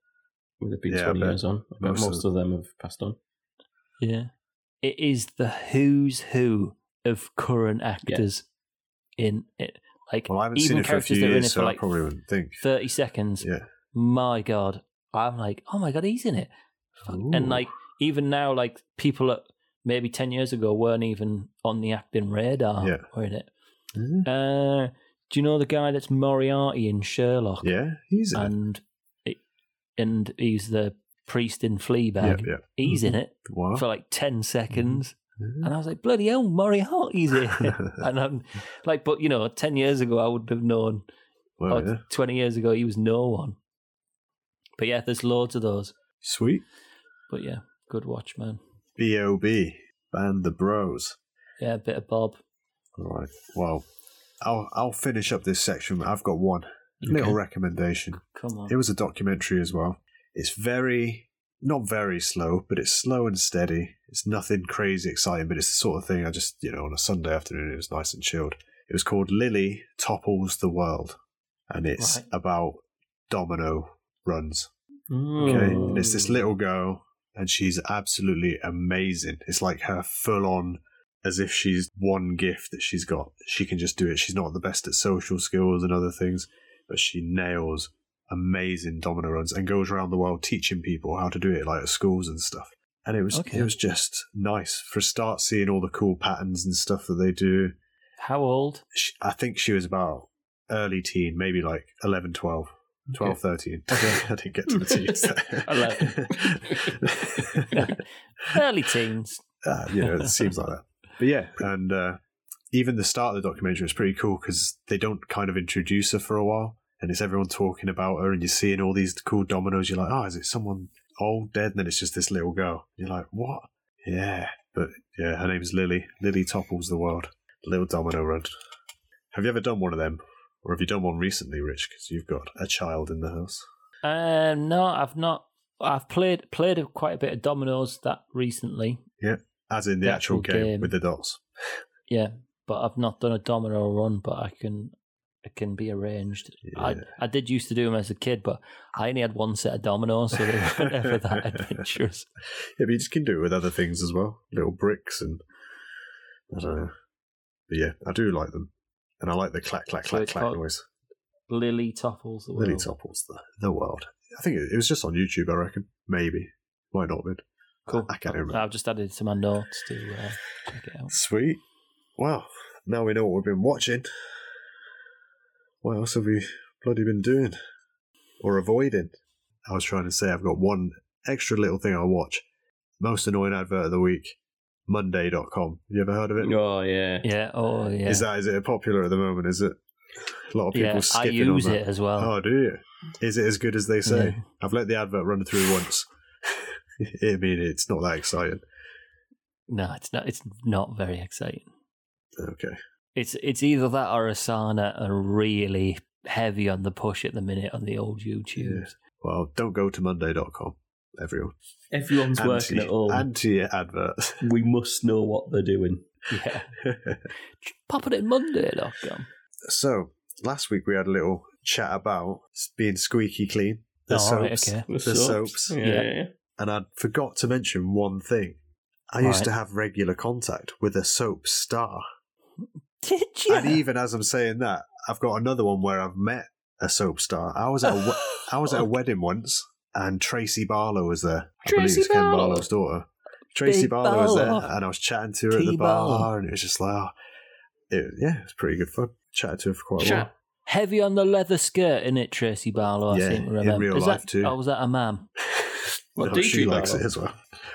Would have been
Yeah, I
20
bet
years on. I bet
most
most,
of
of them have passed on.
yeah, it is the who's who of current actors in it. Like,
Well, I haven't
even
seen it for a
characters
few
that are in
years,
it
so
for
I
like
probably wouldn't think.
thirty seconds.
Yeah.
My God, I'm like, oh my God, he's in it, Fuck.
Ooh.
and like even now, like people that maybe ten years ago weren't even on the acting radar
Yeah.
were in it.
Mhm.
Uh, do you know the guy that's Moriarty in Sherlock?
Yeah, he's in it.
And and he's the priest in
Yep,
Fleabag.
yep.
He's in it
Wow.
for like
Mm-hmm.
ten seconds,
Mhm.
and I was like, bloody hell, Moriarty's in it. and I'm like, but you know, ten years ago I wouldn't have known.
well,
or
Oh, yeah.
Twenty years ago he was no one. But yeah, there's loads of those.
Sweet.
But yeah, good watch, man.
B.O.B. Band the Bros.
Yeah, a bit of Bob.
All right. Well, I'll, I'll finish up this section. I've got one little
Okay.
recommendation.
Come on.
It was a documentary as well. It's very, not very slow, but it's slow and steady. It's nothing crazy exciting, but it's the sort of thing I just, you know, on a Sunday afternoon, it was nice and chilled. It was called Lily Topples the World, and it's
Right.
about domino runs. Okay,
Mm.
and it's this little girl, and she's absolutely amazing. It's like her full on, as if she's one gift that she's got. She can just do it. She's not the best at social skills and other things, but she nails amazing domino runs and goes around the world teaching people how to do it, like at schools and stuff. And it was
Okay.
it was just nice for a start seeing all the cool patterns and stuff that they do.
How old?
She, I think she was about early teen, maybe like 11, 12. 12, 13. I didn't get to the teens.
Eleven.
Early teens.
uh, you know, it seems like that. But yeah, and uh, even the start of the documentary is pretty cool because they don't kind of introduce her for a while, and it's everyone talking about her, and you're seeing all these cool dominoes. You're like, oh, is it someone old dead? And then it's just this little girl. You're like, what? Yeah, but yeah, her name's Lily. Lily topples the world. Little domino run. Have you ever done one of them? Or have you done one recently, Rich? Because you've got a child in the house.
Um, no, I've not. I've played played a- quite a bit of dominoes that recently.
As in the,
The
actual,
actual
game,
game.
with the dots.
Yeah, but I've not done a domino run. But I can, it can be arranged. I
Yeah.
I did used to do them as a kid, but I only had one set of dominoes, so they were never that adventurous.
Yeah, but you just can do it with other things as well, little bricks and I don't know. But yeah, I do like them, and I like the clack clack
So
clack
it's
clack
called-
noise.
Lily topples the world.
Lily topples the, the world. I think it, it was just on YouTube. I reckon maybe might not have been.
Cool.
I can't remember.
I've just added it to my notes to uh, check it out.
Sweet. Well, now we know what we've been watching. What else have we bloody been doing or avoiding? I was trying to say I've got one extra little thing I watch. Most annoying advert of the week. Monday.com. You ever heard of it?
Oh, yeah.
Yeah. Oh yeah.
Is that is it popular at the moment? Is it a lot of people
yeah. I
skipping
use
on
it
that?
as well.
Oh, do you? Is it as good as they say?
Yeah.
I've let the advert run through once. I mean, it's not that exciting.
No, it's not. It's not very exciting.
Okay,
It's it's either that or Asana are really heavy on the push at the minute on the old YouTubes.
Well, don't go to Monday.com, everyone.
Everyone's working at home.
anti adverts.
we must know what they're doing.
Yeah. Pop it in Monday.com.
So, last week we had a little chat about being squeaky clean, the
Oh, all right,
soaps,
okay.
the soaps.
Yeah,
Yeah.
yeah, yeah.
and I forgot to mention one thing. I used
Right.
to have regular contact with a soap star.
Did you?
And even as I'm saying that, I've got another one where I've met a soap star. I was at a, we- I was at a wedding once, and Tracy Barlow was there. I believe
Tracy
it's Ken
Barlow.
Barlow's daughter. Tracy
Big
Barlow was there,
Barlow.
and I was chatting to her at
T
the bar,
Barlow.
and it was just like, oh, it, yeah, it's pretty good fun. Chatted to her for quite a
Chat.
while.
Heavy on the leather skirt in it, Tracy Barlow. I
Yeah,
seem to
in
remember.
real
Is
life
that,
too.
Oh, was that a man?
Well,
No, she
Deirdre
likes it
Barlow.
as well.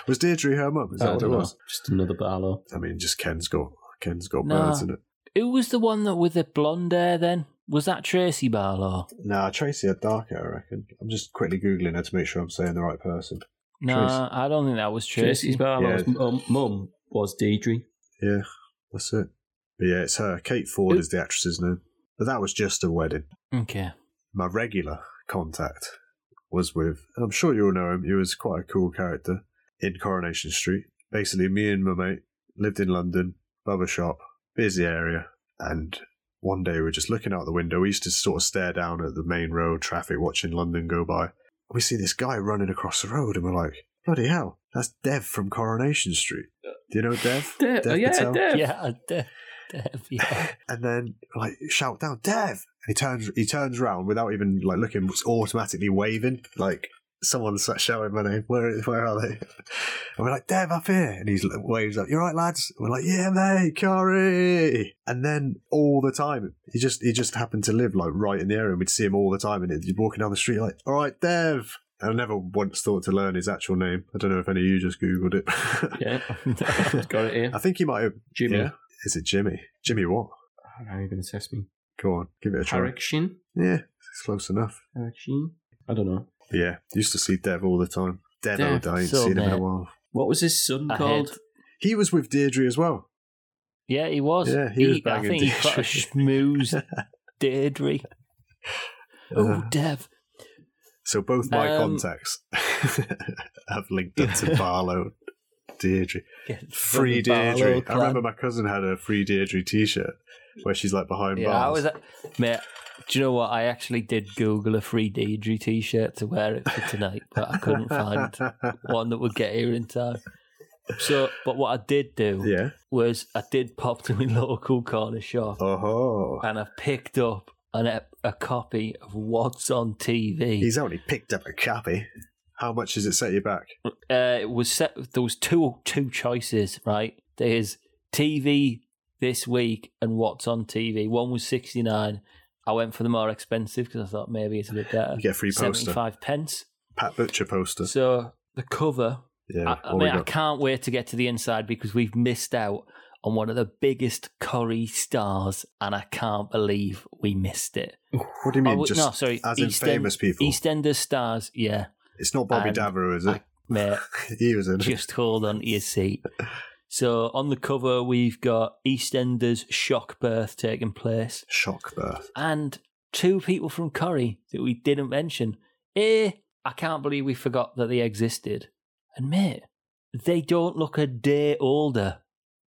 Was Deirdre her mum? Is
Oh, I
that what it
don't know.
was?
Just another Barlow.
I mean, just Ken's got Ken's got
Nah.
birds in it.
Who was the one that with the blonde hair then? Was that Tracy Barlow?
Nah, Tracy had dark hair, I reckon. I'm just quickly googling her to make sure I'm saying the right person.
No,
Tracy.
I don't think that was Tracy.
Tracy's Barlow's
Yeah.
mum, uh, mum was Deidre.
Yeah, that's it. But yeah, it's her. Kate Ford
Who-
is the actress's name. But that was just a wedding.
Okay.
My regular contact was with, I'm sure you'll know him, he was quite a cool character in Coronation Street. Basically, me and my mate lived in London, barber shop, busy area, and one day we were just looking out the window. We used to sort of stare down at the main road, traffic, watching London go by. We see this guy running across the road, and we're like, bloody hell, that's Dev from Coronation Street. Do you know Dev?
Dev,
Dev
oh, yeah,
Patel?
Dev.
Yeah, I de- Dev, yeah.
and then like shout down Dev. And he turns he turns round without even like looking, was automatically waving like someone's shouting my name. Where where are they? And we're like Dev up here, and he waves up. You're right, lads. And we're like yeah, mate, Curry. And then all the time he just he just happened to live like right in the area, and we'd see him all the time. And he'd be walking down the street like all right, Dev. And I never once thought to learn his actual name. I don't know if any of you just googled it.
Yeah, got it here.
I think he might have.
Jimmy.
Yeah. Is it Jimmy? Jimmy what?
How are you going to test me?
Go on, give it a try.
Direction?
Yeah, it's close enough.
Direction? I don't know.
But yeah, used to see Dev all the time. Dev,
Dev,
Oda, I ain't
so
seen him in a
mad.
while.
What was his son
I
called?
hate-
He was with Deirdre as well.
Yeah, he was.
Yeah, he was
I
banging
think he got a schmooze Deirdre.
Uh,
Oh, Dev.
so both my
um,
contacts have linked up to Barlow, Deirdre.
Yeah,
Free
Barlow
Deirdre. I
clan.
remember my cousin had a free Deirdre t shirt where she's like behind
Yeah, I
bars.
was. At, mate, do you know what? I actually did Google a free Deirdre t shirt to wear it for tonight, but I couldn't find one that would get here in time. So, but what I did do
yeah.
was I did pop to my local corner shop
Oh,
and I picked up an, ep- a copy of What's on TV.
he's only picked up a copy. How much does it set you back?
uh, it was set. There was two two choices, right? There's TV this week and what's on TV. One was sixty nine. I went for the more expensive because I thought maybe it's a bit better.
You get a free
Seventy
poster.
five pence.
Pat Butcher poster.
So the cover.
yeah.
I, I
what we
mean, I
got?
can't wait to get to the inside because we've missed out on one of the biggest curry stars, and I can't believe we missed it.
what do you
Oh,
mean?
w-
Just
no, sorry,
as in
Eastern-
famous people.
EastEnders stars. Yeah,
It's not Bobby
And
Davro, is it?
I- mate.
he was in it.
just hold on to your seat. So on the cover, we've got EastEnders shock birth taking place,
Shock birth.
and two people from Curry that we didn't mention. Eh, I can't believe we forgot that they existed. And mate, they don't look a day older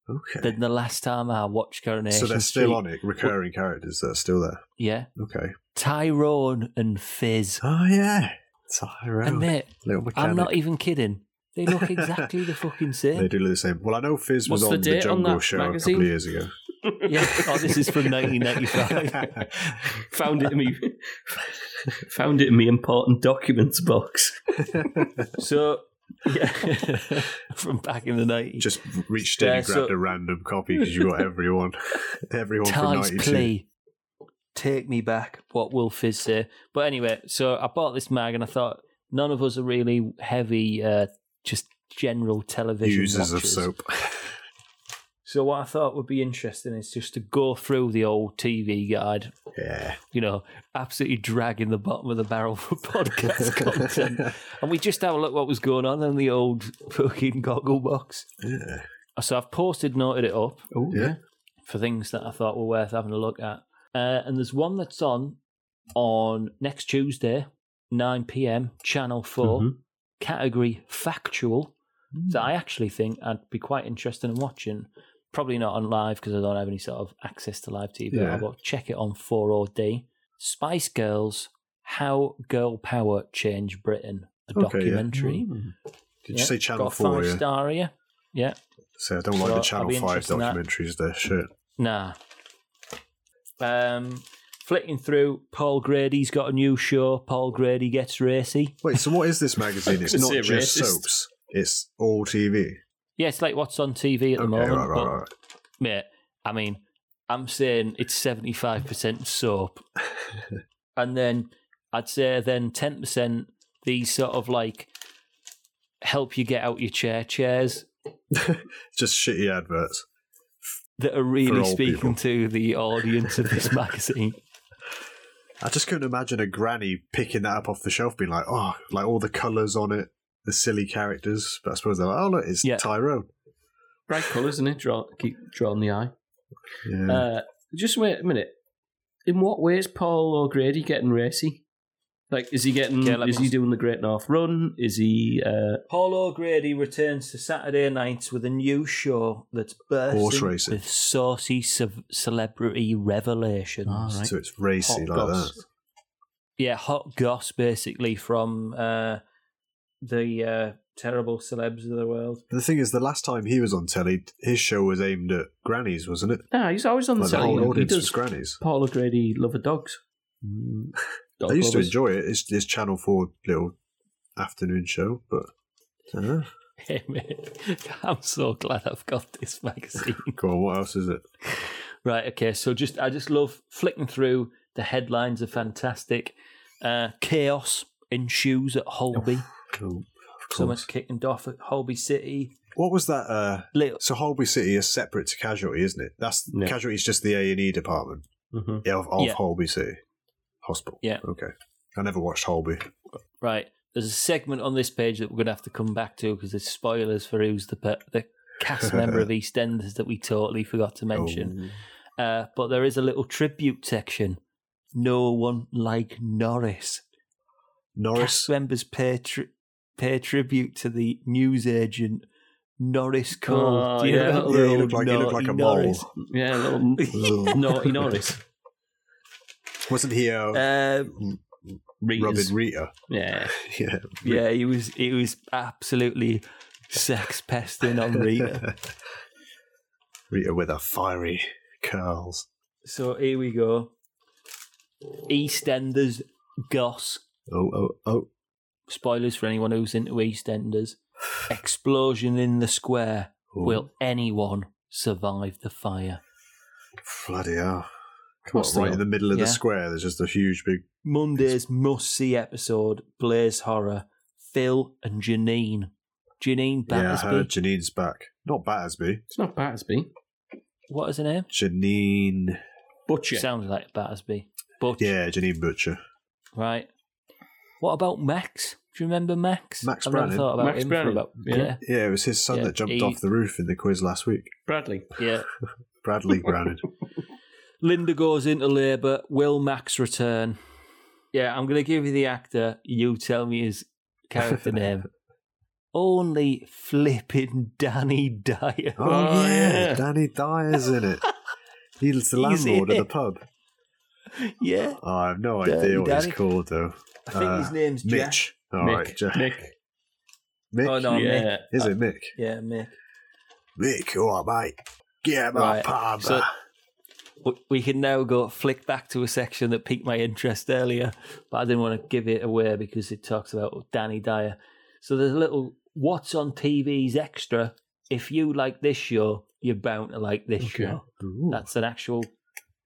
Okay.
than the last time I watched Coronation.
so they're
Street.
still on it, recurring characters that are still there.
Yeah,
Okay.
Tyrone and Fizz.
Oh yeah.
And
Tyrone.
mate,
Little mechanic.
I'm not even kidding. They look exactly the fucking same.
they do look the same. Well, I know Fizz was
What's the
on the,
date on
Jungle
that
Show
magazine?
a couple of years ago.
Yeah. Oh, this is from 1995.
Found it in me. Found it in me important documents box.
So, yeah, from back in the 90s.
Just reached in
Yeah,
and grabbed
so-
a random copy because you got everyone, everyone from
Ties,
'92.
plea. Take me back. What will Fizz say? But anyway, so I bought this mag and I thought none of us are really heavy, uh, just general television
Users of
watchers.
soap.
So what I thought would be interesting is just to go through the old TV guide.
Yeah.
You know, absolutely dragging the bottom of the barrel for podcast content, and we just have a look what was going on in the old fucking goggle box.
yeah.
So I've posted, noted it up.
Oh
Yeah.
for things that I thought were worth having a look at. Uh, and there's one that's on on next Tuesday, 9 p.m., Channel 4,
Mm-hmm.
Mhm.
category factual, that I actually think I'd be quite interested in watching. Probably not on live because I don't have any sort of access to live TV.
Yeah.
But I'll check it on 4OD. Spice Girls, How Girl Power Changed Britain, a
Okay, yeah.
documentary.
Mm.
Did
Yeah,
you say Channel
got a
4?
Five
Yeah.
star here. Yeah.
So I don't
So
like
I'll
the
be
Channel 5
interested in that.
documentaries, they're shit.
Nah. Um, flicking through, Paul Grady's got a new show. Paul Grady gets racy.
Wait, so what is this magazine? It's
Is
not
it
just
racist?
soaps, it's all TV.
Yeah, it's like what's on TV at the
Okay,
moment.
right, right,
but,
right.
Mate, I mean, I'm saying it's seventy five percent soap, and then I'd say then ten percent these sort of like help you get out your chair chairs
Just shitty adverts.
that are really
old
speaking
people.
to the audience of this magazine.
I just couldn't imagine a granny picking that up off the shelf, being like, oh, like all the colours on it, the silly characters. But I suppose they're like, oh, look, it's
Yeah.
Tyrone.
Bright colours, isn't it? Draw, keep drawing the eye.
Yeah.
Uh, just wait a minute. In what way is Paul O'Grady getting racy? Like, is he getting?
Yeah, like-
is he doing the Great North Run? Is he? Uh,
Paul O'Grady returns to Saturday nights with a new show that's
Horse
bursting
racing.
with saucy ce- celebrity revelations.
All right.
So it's racy
Hot
like
goss.
that.
yeah, hot goss basically from uh, the uh, terrible celebs of the world.
The thing is, the last time he was on telly, his show was aimed at grannies, wasn't it?
nah, he's always on the
Like the
telly.
whole
he
audience was
does.
grannies.
Paul O'Grady lover dogs. Mm, dog
I used to
lovers.
enjoy it. It's this Channel 4 little afternoon show, but uh, I don't know.
Hey, mate, I'm so glad I've got this magazine.
Go on, what else is it?
right, okay, so just I just love flicking through. The headlines are fantastic. Uh, chaos ensues at Holby.
Oh, of
Someone's
course.
kicking off at Holby City.
What was that? Uh,
Little,
so Holby City is separate to Casualty, isn't it? That's
No.
Casualty is just the A and E department
Mhm.
of, of
Yeah.
Holby City Hospital.
Yeah.
Okay. I never watched Holby.
Right. There's a segment on this page that we're going to have to come back to because there's spoilers for who's the per- the cast member of EastEnders that we totally forgot to mention.
Oh.
Uh, but there is a little tribute section. No one like Norris. Cast
Norris.
members pay tri- pay tribute to the newsagent Norris Cole.
Oh,
Do you
yeah.
know
Yeah, he
the old
looked like- he looked
naughty
like a mole.
Norris?
Yeah, little
Ugh.
naughty Norris.
Wasn't he uh,
Um,
Readers.
Robin Rita?
Yeah.
Yeah.
yeah, he was he was absolutely sex pesting on Rita.
Rita with her fiery curls.
So here we go. EastEnders goss.
Oh, oh, oh.
Spoilers for anyone who's into EastEnders. Explosion in the square.
Ooh.
Will anyone survive the fire?
Bloody hell. Come
What's
on,
the-
right in the middle of
Yeah.
the square, there's just a huge big.
Monday's must see episode Blaze Horror. Phil and Janine. Janine
Yeah, I
Battersby.
heard Janine's back. Not Battersby.
It's not Battersby.
What is her name?
Janine.
Butcher.
Sounds like Battersby. Butch.
Yeah, Janine Butcher.
Right. What about Max? Do you remember Max?
Max
I've never
Brannan.
thought about
Max
him
Brannan,
for about
yeah.
Yeah, it was his son
Yeah,
that jumped
he-
off the roof in the quiz last week.
Bradley.
yeah. yeah.
Bradley Brannan. Oh,
Linda goes into labour. Will Max return? Yeah, I'm going to give you the actor. You tell me his character name. Only flipping Danny Dyer.
Oh,
Oh,
yeah.
yeah.
Danny Dyer's in it. He's the
He's in
landlord of the
it.
pub.
Yeah,
Oh, I have no
Dirty
idea what
Danny.
he's called though.
I think
Uh,
his name's Jack.
Mitch. All
Mick.
right, Jack.
Mick.
Mick?
Oh no, Mick.
yeah.
Is it Mick?
Yeah, Mick.
Mick, all right, mate. Get him
Right,
up, pub.
so- We- We can now go flick back to a section that piqued my interest earlier, but I didn't want to give it away because it talks about Danny Dyer. So there's a little what's on TV's extra. If you like this show, you're bound to like this
Okay.
show.
Ooh.
That's an actual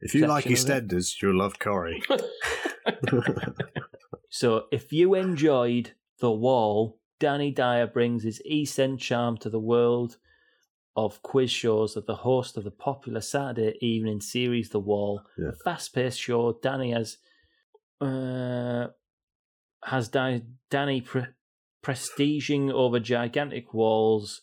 if you like
section of
EastEnders, you'll love Corey.
So if you enjoyed The Wall, Danny Dyer brings his East End charm to the world of quiz shows as the host of the popular Saturday evening series The Wall.
Yeah.
A fast-paced show, Danny has uh, has Di- Danny pre- prestiging over gigantic walls,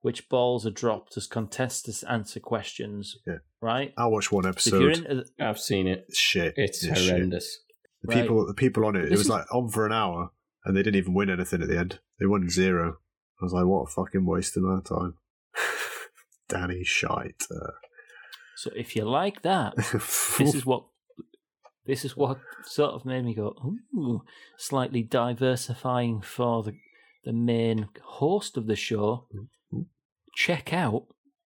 which balls are dropped as contestants answer questions.
Yeah.
Right?
I'll watch one
So if you're
episode.
into the-
I've seen it.
Shit.
It's
Yeah, shit.
horrendous.
The
Right.
people, the people on it, it
This
was
is-
like on for an hour, and they didn't even win anything at the end. They won zero. I was like, what a fucking waste of my time. Danny shite. Uh,
So if you like that, this is what this is what sort of made me go ooh slightly diversifying for the the main host of the show
Mm-hmm.
check out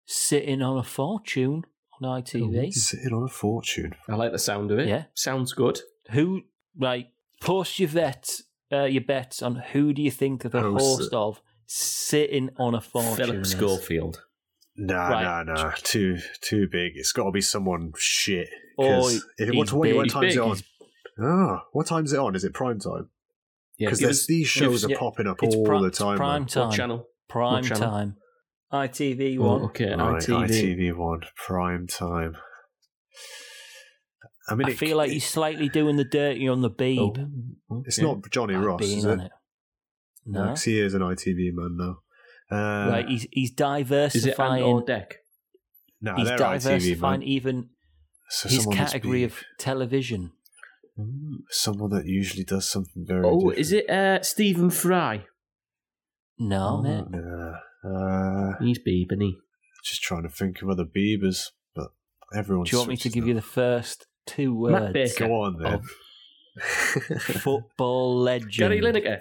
sitting on a fortune on itv
sitting on a fortune.
I like the sound of it.
Yeah.
Sounds good.
who like post your vet uh, your bets on who do you think the
Oh,
host
si-
of sitting on a fortune
Philip
is?
Schofield.
Nah,
Right.
nah, nah. Too, too big. It's got to be someone shit.
Or
'Cause if it,
Oh, he's
what, what,
big.
what
He's
time's it on?
big,
Ah, what time's it on? Is it prime time?
Yeah,
Because
give us-
these
give us-
shows are
yeah,
popping up
it's
all
pri-
the
it's
time. man.
prime
What
time
channel?
prime
What channel?
time itv
Oh,
one
okay,
Right,
ITV.
ITV one prime time. I mean,
I
it-
feel like
it-
he's slightly doing the dirty on the
Oh,
babe.
It's
okay.
not Johnny
by
Ross,
being
is
on
it?
it. No,
Because he is an ITV man now. Uh,
like he's he's
Is it Ant
diversifying.
or Deck?
no,
he's
Ah, they're ITV
diversifying
man.
even
So
his
someone that's
category
big.
of television.
someone that usually does something very.
Oh,
different.
is it uh, Stephen Fry?
No,
Oh,
mate.
Nah, uh,
He's beeping. He.
just trying to think of other Biebers, but everyone.
Do you want me to
switches
give
now.
you the first two
Matt
words?
Baker.
Go on then.
Football legend
Gary Lineker.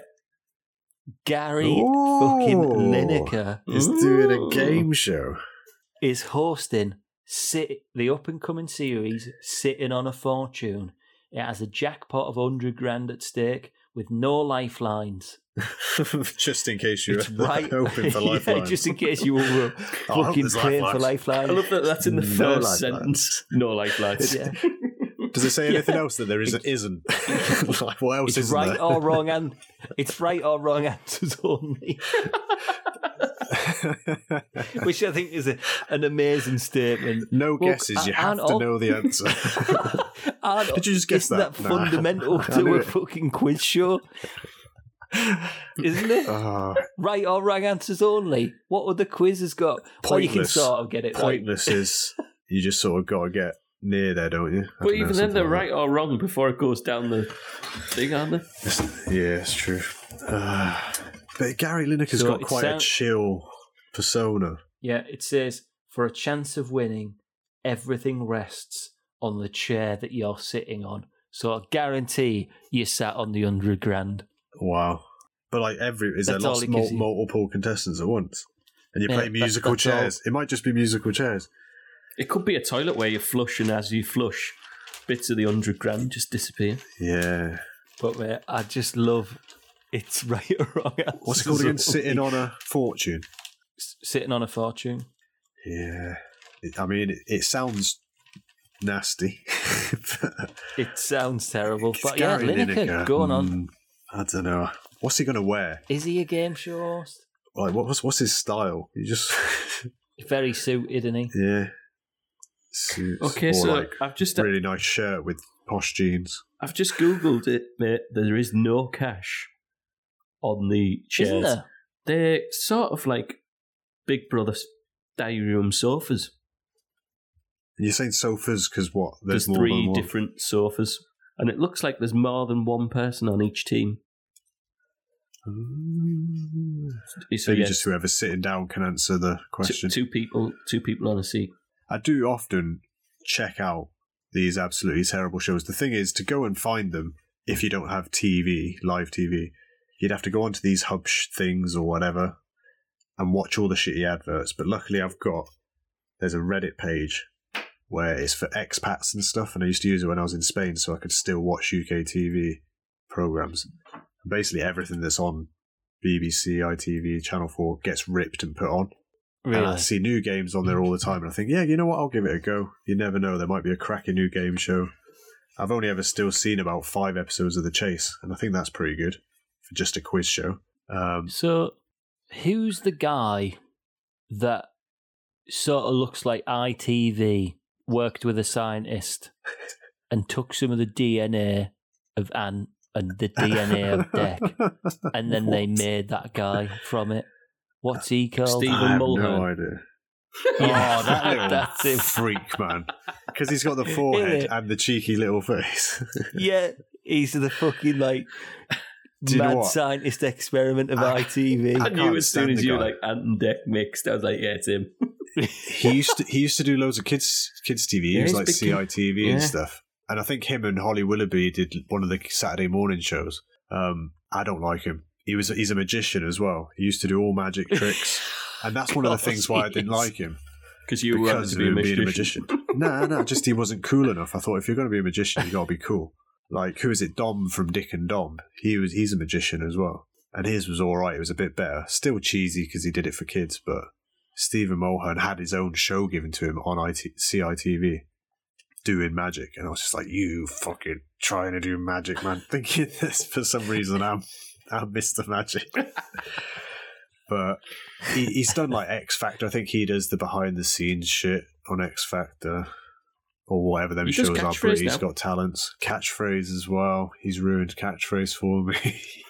Gary
Ooh.
fucking Lineker
It's doing a
Ooh.
game show.
is hosting sit the up and coming series Sitting on a Fortune. It has a jackpot of hundred grand at stake with no lifelines.
just in case you're
it's right
open for
Yeah,
lifeline.
just in case you were
hope
fucking
there's
playing for
lifelines.
I
lifeline.
love that. That's in the
No lifelines.
first sentence. No lifelines.
Yeah.
Does it say anything
Yeah.
else that there is, isn't? like, what else
It's
is
right
there?
or wrong, and it's right or wrong answers only, which I think is a, an amazing statement.
no
Well,
guesses. You
I-
have
and
to
all-
know the answer.
And
Did you just guess
isn't
that?
that,
Nah.
fundamental
I
to
knew
a
it.
fucking quiz show? Isn't it?
Ah,
right or wrong answers only. What other quiz has got? Well, you can
Pointless.
sort of get it right.
pointless is you just sort of got to get near there, don't you? I don't
But
know,
even then,
something
they're
like
right or wrong before it goes down the thing, aren't they?
that. Yeah, it's true. Ah, but Gary Lineker's
So
got
it
quite a
sound-
chill persona.
Yeah, it says for a chance of winning, everything rests on the chair that you're sitting on. So I guarantee you sat on the hundred grand.
Wow. But like every is there
That's all
lots
it gives you.
mul- multiple contestants at once, and you
Yeah,
play
that-
musical
that's all.
chairs. It might just be musical chairs.
It could be a toilet where you flush, and as you flush, bits of the hundred grand just disappear.
Yeah.
But mate, I just love it's right or wrong.
What's
answers
it called
only.
again? Sitting on a fortune.
S- sitting on a fortune.
Yeah. It- I mean, it, it sounds nasty.
It sounds terrible,
It's
but yeah,
Gary
Lineker, going on.
Mm, I don't know. What's he going to wear?
Is he a game show host?
Like, what, what's what's his style? He just
Very suited, isn't he?
yeah. Suits
Okay,
or
so
like
I've just
really nice shirt with posh jeans.
I've just googled it, mate. There is no cash on the chairs.
Isn't there?
They're sort of like Big Brother's diary room sofas.
And you're saying sofas because what?
There's,
There's, more
three
than one.
different sofas, and it looks like there's more than one person on each team.
Mm.
So
Maybe
yeah,
just whoever's sitting down can answer the
two,
question.
two people, two people on a seat.
I do often check out these absolutely terrible shows. The thing is, to go and find them, if you don't have TV, live TV, you'd have to go onto these hub sh- things or whatever and watch all the shitty adverts. But luckily, I've got there's a Reddit page where it's for expats and stuff, and I used to use it when I was in Spain, so I could still watch UK TV programs. Basically, everything that's on BBC, ITV, Channel Four gets ripped and put on. And I
Really?
see new games on there all the time, and I think, yeah, you know what? I'll give it a go. You never know; there might be a cracking new game show. I've only ever still seen about five episodes of The Chase, and I think that's pretty good for just a quiz show. Um,
So, who's the guy that sort of looks like ITV worked with a scientist and took some of the DNA of Ant and the DNA of Deck, and then they
What?
made that guy from it? What's he called?
Steve-
Ah,
I have no
Mulhern.
idea.
Yeah,
Oh, that little
that's him.
freak man, because he's got the forehead
Isn't it?
and the cheeky little face.
Yeah,
He's the fucking like
Do you know
mad
what?
scientist experiment of
I-
ITV.
I
I knew
can't
as
stand
soon as
the
you
guy.
were like Ant and Deck mixed, I was like, yeah, it's him.
he used to he used to do loads of kids kids TV.
Yeah,
he was
he's
like
big kid.
CITV and
Yeah.
stuff. And I think him and Holly Willoughby did one of the Saturday morning shows. Um, I don't like him. He was he's a magician as well. He used to do all magic tricks, and that's one of the
Oh,
Of
things why I didn't
course he
like him
Because you were
because
to
of
be a
him
magician.
being a magician. no, no, just he wasn't cool enough. I thought if you're going to be a magician, you got to be cool. Like who is it? Dom from Dick and Dom. He was he's a magician as well, and his was all right. It was a bit better. Still cheesy because he did it for kids, but Stephen Mulhern had his own show given to him on IT, CITV doing magic, and I was just like, you fucking trying to do magic, man. Thinking this for some reason, I'm I missed the magic. But he, he's done like X Factor. I think he does the behind the scenes shit on X Factor or whatever them
He does
shows are.
catchphrase
But he's
now.
got talents. Catchphrase as well. He's ruined catchphrase for me.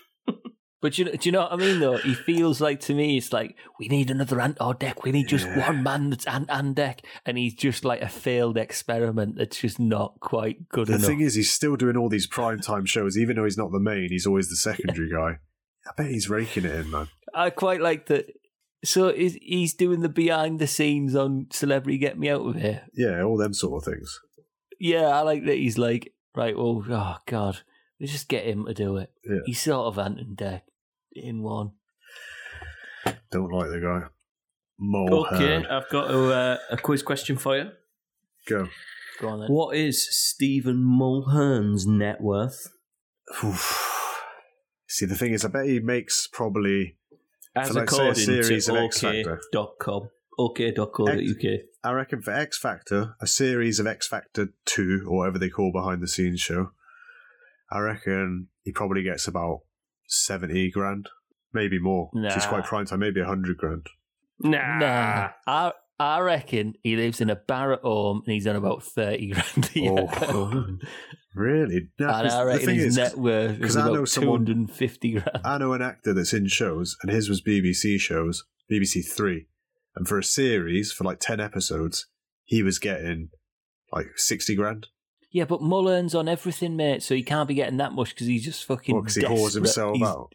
But you know, do you know what I mean? Though he feels like to me, it's like we need another ant or deck. We need just
Yeah.
one man that's ant and deck, and he's just like a failed experiment that's just not quite good
the
enough.
thing is, he's still doing all these primetime shows, even though he's not the main. He's always the secondary guy. I bet he's raking it in, man.
I quite like that. So is he's doing the behind the scenes on Celebrity Get Me Out of Here?
Yeah, all them sort of things.
Yeah, I like that. He's like, right, well, oh god, let's just get him to do it.
Yeah.
He's sort of ant and deck in one.
Don't like the guy. Mulhern.
Okay, I've got a, uh, a quiz question for you.
Go.
Go on then.
What is Stephen Mulhern's net worth?
Oof. See, the thing is, I bet he makes probably
As
like, say, a
according
series
to
of X Factor.
OK.com, OK.co.uk.
I reckon for X Factor, a series of X Factor 2, or whatever they call behind the scenes show, I reckon he probably gets about 70 grand, maybe more. Nah. She's
Nah.
quite prime time, maybe 100 grand.
Nah.
Nah, I I reckon he lives in a bar at home and he's on about thirty grand a year.
Oh. Really? Nah,
and
'cause
I
the
reckon
thing
his
is,
net worth is
'cause I know
about two
someone-
hundred and fifty grand.
I know an actor that's in shows, and his was BBC shows, BBC Three. And for a series, for like 10 episodes, he was getting like 60 grand.
Yeah, but Mullern's on everything, mate, so he can't be getting that much because he's just fucking.
Because he whores
desperate.
himself
He's-
out.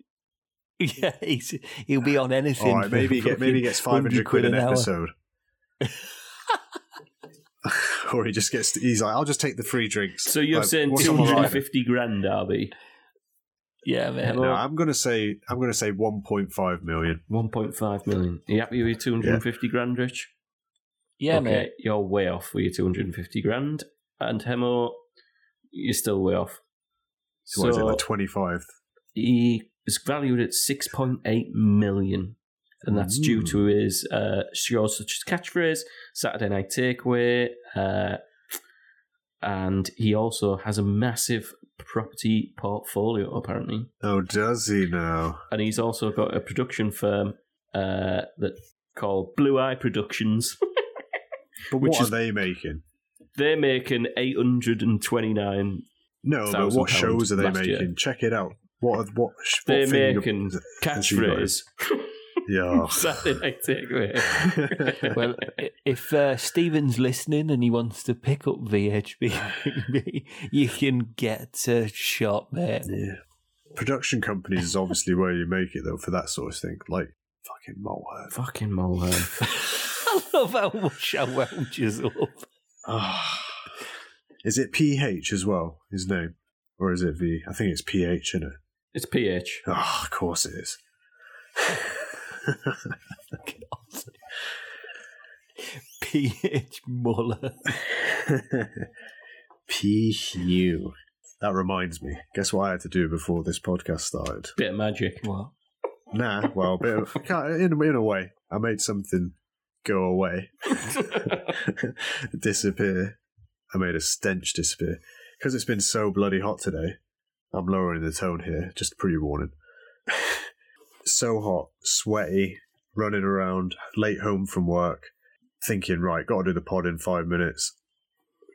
Yeah, he's, he'll be on anything.
All right,
for
maybe he, get, maybe he gets
fucking
500 quid an,
hour.
episode. or he just gets, he's like, I'll just take the free drinks.
So you're
Like,
saying
what's on the line?
250 grand, Darby?
Yeah, man.
No, I'm gonna say I'm gonna say 1.5 million.
1.5 million. Are you happy with your 250 grand, Rich?
Yeah,
okay,
mate.
You're way off with your 250 grand. And Hemo, you're still way off.
So, what is it, like 25?
he is valued at 6.8 million. And that's due
Mm.
to his uh, shows such as Catchphrase, Saturday Night Takeaway, uh, and he also has a massive property portfolio, apparently.
Oh, does he now?
And he's also got a production firm uh, that called Blue Eye Productions.
But
Which
what
is-
are they making?
They're making 829
No, but
Thousand
what
pound
shows are they
last
making?
year.
Check it out. What are- what? sh- what
They're
thing-
making catchphrase.
Yeah.
Saturday night takeaway.
Well, i- if uh, Steven's listening and he wants to pick up VHB, you can get a shot, mate.
yeah. Production companies is obviously where you make it though for that sort of thing. Like fucking Mulhern.
Fucking Mulhern.
I love how much I wound you up.
Ah. is it PH as well, his name? Or is it V? I think it's PH, isn't it?
It's PH.
Oh, of course it is.
PH Muller.
PU. That reminds me. Guess what I had to do before this podcast started?
Bit of magic.
What?
Nah, well, a bit of, kind of- in, in a way, I made something go away, disappear. I made a stench disappear. Because it's been so bloody hot today, I'm lowering the tone here, just pre warning. so hot, sweaty, running around, late home from work, thinking, right, got to do the pod in five minutes.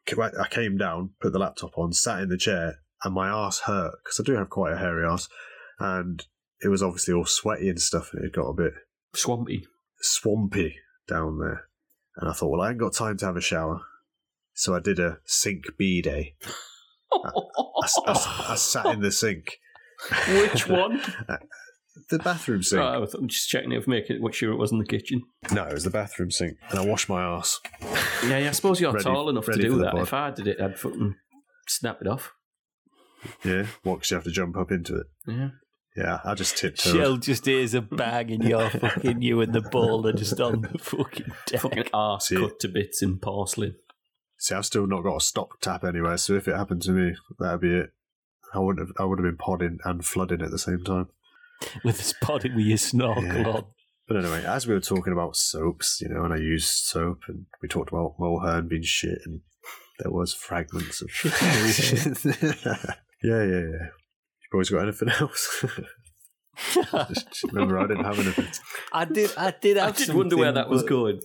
Ca- I I came down, put the laptop on, sat in the chair, and my ass hurt because I do have quite a hairy ass. And it was obviously all sweaty and stuff, and it got a bit
Swampy.
swampy down there. And I thought, well, I ain't got time to have a shower. So I did a sink B day. I, s- I s- I sat in the sink,
Which one?
the bathroom sink.
Right, I was I'm just checking it, for making it sure it wasn't the kitchen.
No, it was the bathroom sink, and I washed my ass.
Yeah, yeah. I suppose you're
Ready-
tall enough to
ready for
do
the
that.
pod.
If I did it, I'd fucking snap it off.
Yeah, what? Because you have to jump up into it.
Yeah.
Yeah, I just tiptoed.
Shell just hears a bang and you're fucking you and the ball are just on the fucking deck.
Fucking arse
See it.
cut to bits in porcelain.
See, I've still not got a stop tap anywhere, so if it happened to me, that'd be it. I wouldn't have. I would have been podding and flooding at the same time.
with his body with your snorkel
Yeah.
on.
But anyway, as we were talking about soaps, you know, and I used soap, and we talked about Mulhern being shit, and there was fragments of shit. yeah, yeah, yeah. You boys got anything else? Just Remember, I didn't have anything.
I did. I did. Have
I did wonder where
something,
that was
but-
going.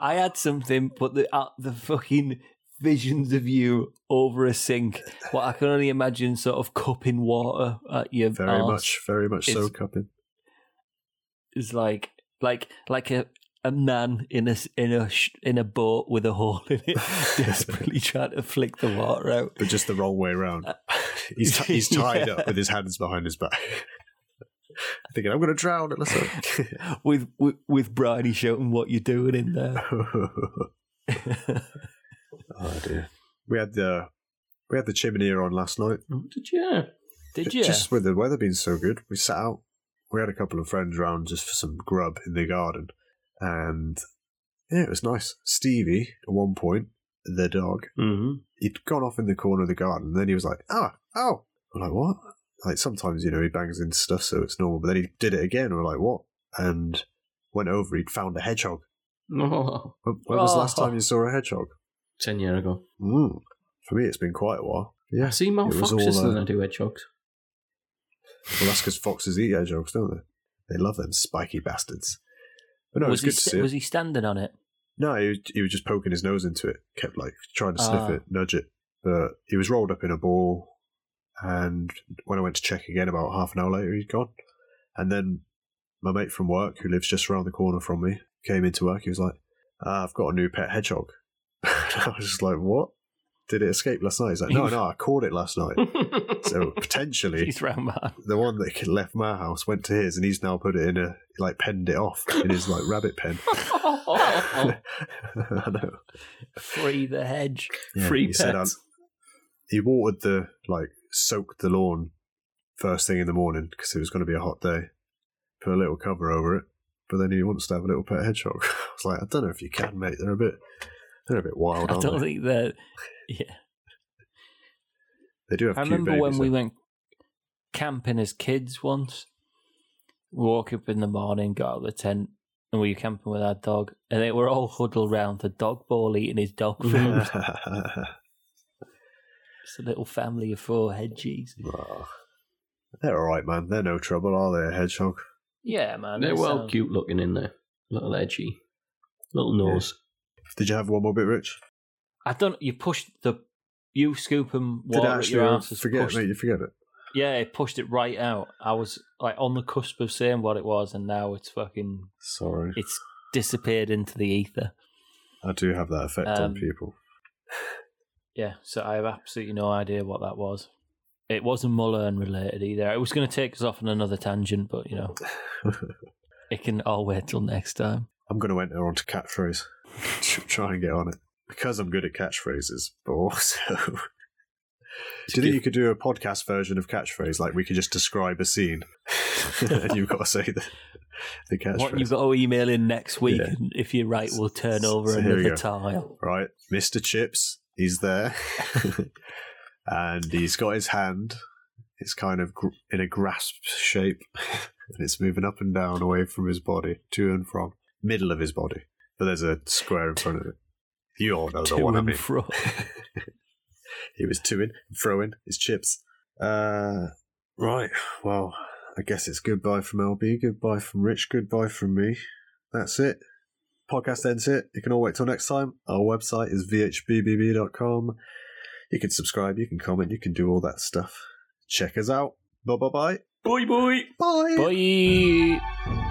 I had something, but the uh, the fucking visions of you over a sink. What I can only imagine, sort of cupping water at your
Very
Oh,
arse
much, very much
It's-
so cupping.
is like like like a. A man in a s- in a sh- in a boat with a hole in it, desperately trying to flick the water out.
but just the wrong way around. He's, t- he's tied up with his hands behind his back. Thinking, I'm going to drown at the sink.
with with, with Briny shouting, "What you doing in there?"
oh dear. We had the we had the chimney on last night.
Oh, Did you?
Did you?
Just with the weather being so good, we sat out. We had a couple of friends round just for some grub in the garden, and yeah, it was nice. Stevie at one point, the dog,
Mm-hmm.
he'd gone off in the corner of the garden. And then he was like, "Oh, oh!" I'm like, "What?" Like sometimes you know he bangs into stuff, so it's normal. But then he did it again. and We're like, "What?" And went over. He'd found a hedgehog.
Oh,
When, when was the last
Oh.
time you saw a hedgehog?
ten year ago.
Mm. For me, it's been quite a while.
I
Yeah.
see more
It was all,
foxes than
uh,
I do hedgehogs.
Well, that's because foxes eat hedgehogs, don't they? They love them spiky bastards. But no,
was,
it was good
he,
to
sta-
see.
was
it.
he standing on it?
No, he, he was just poking his nose into it, kept like trying to sniff
Ah.
it, nudge it. But he was rolled up in a ball, and when I went to check again about half an hour later, he'd gone. And then my mate from work, who lives just around the corner from me, came into work. He was like, "Ah, "I've got a new pet hedgehog." I was just like, "What? Did it escape last night?" He's like, "No, no, I caught it last night." So potentially,
He's round man.
the one that had left my house went to his, and he's now put it in a like penned it off in his like rabbit pen.
Oh.
I know.
Free the hedge.
Free
he said, um,
pets.
He watered the like soaked the lawn first thing in the morning because it was going to be a hot day. Put a little cover over it, but then he wants to have a little pet hedgehog. I was like, I don't know if you can, mate. They're a bit, they're a bit wild,
I
aren't
don't
they?
think that. Yeah.
They do have.
I
cute
remember
babies,
when we
though.
went camping as kids once. We woke up in the morning, got out of the tent, and we were camping with our dog. And they were all huddled round the dog ball eating his dog food. it's a little family of four hedgies.
Aw. They're all right, man. They're no trouble, are they? A hedgehog.
Yeah, man. um,
They're
they
well
sound-
cute looking in there. Little edgy. Little nose.
Did you have one more bit, Rich?
I don't. You pushed the. You scoop them
Did
water
I
at
actually
your asses.
forget,
pushed-
mate? You forget it.
Yeah, it pushed it right out. I was like on the cusp of saying what it was, and now it's fucking.
Sorry.
It's disappeared into the ether.
I do have that effect
Um,
on people.
Yeah, so I have absolutely no idea what that was. It wasn't Mulhern related either. It was going to take us off on another tangent, but you know, it can all wait till next time.
I'm going to enter onto catchphrase. Tr- Try and get on it. Because I'm good at catchphrases, but also. do you think you could do a podcast version of catchphrase? Like we could just describe a scene and you've got to say the, the catchphrase.
What you've got to email in next week,
Yeah.
and if you're right, we'll turn over
So here we
another
go.
tile.
right? Mr. Chips, he's there, and he's got his hand. It's kind of gr- in a grasp shape, and it's moving up and down away from his body, to and from middle of his body. But there's a square in front of it. You all know
To
the one I
and
mean.
fro.
He was to in, throwing his chips. Uh, right. Well, I guess it's goodbye from LB, goodbye from Rich, goodbye from me. That's it. Podcast ends it. You can all wait till next time. Our website is vhbbb.com. You can subscribe, you can comment, you can do all that stuff. Check us out. Bye bye bye.
Boy, boy.
Bye.
Bye.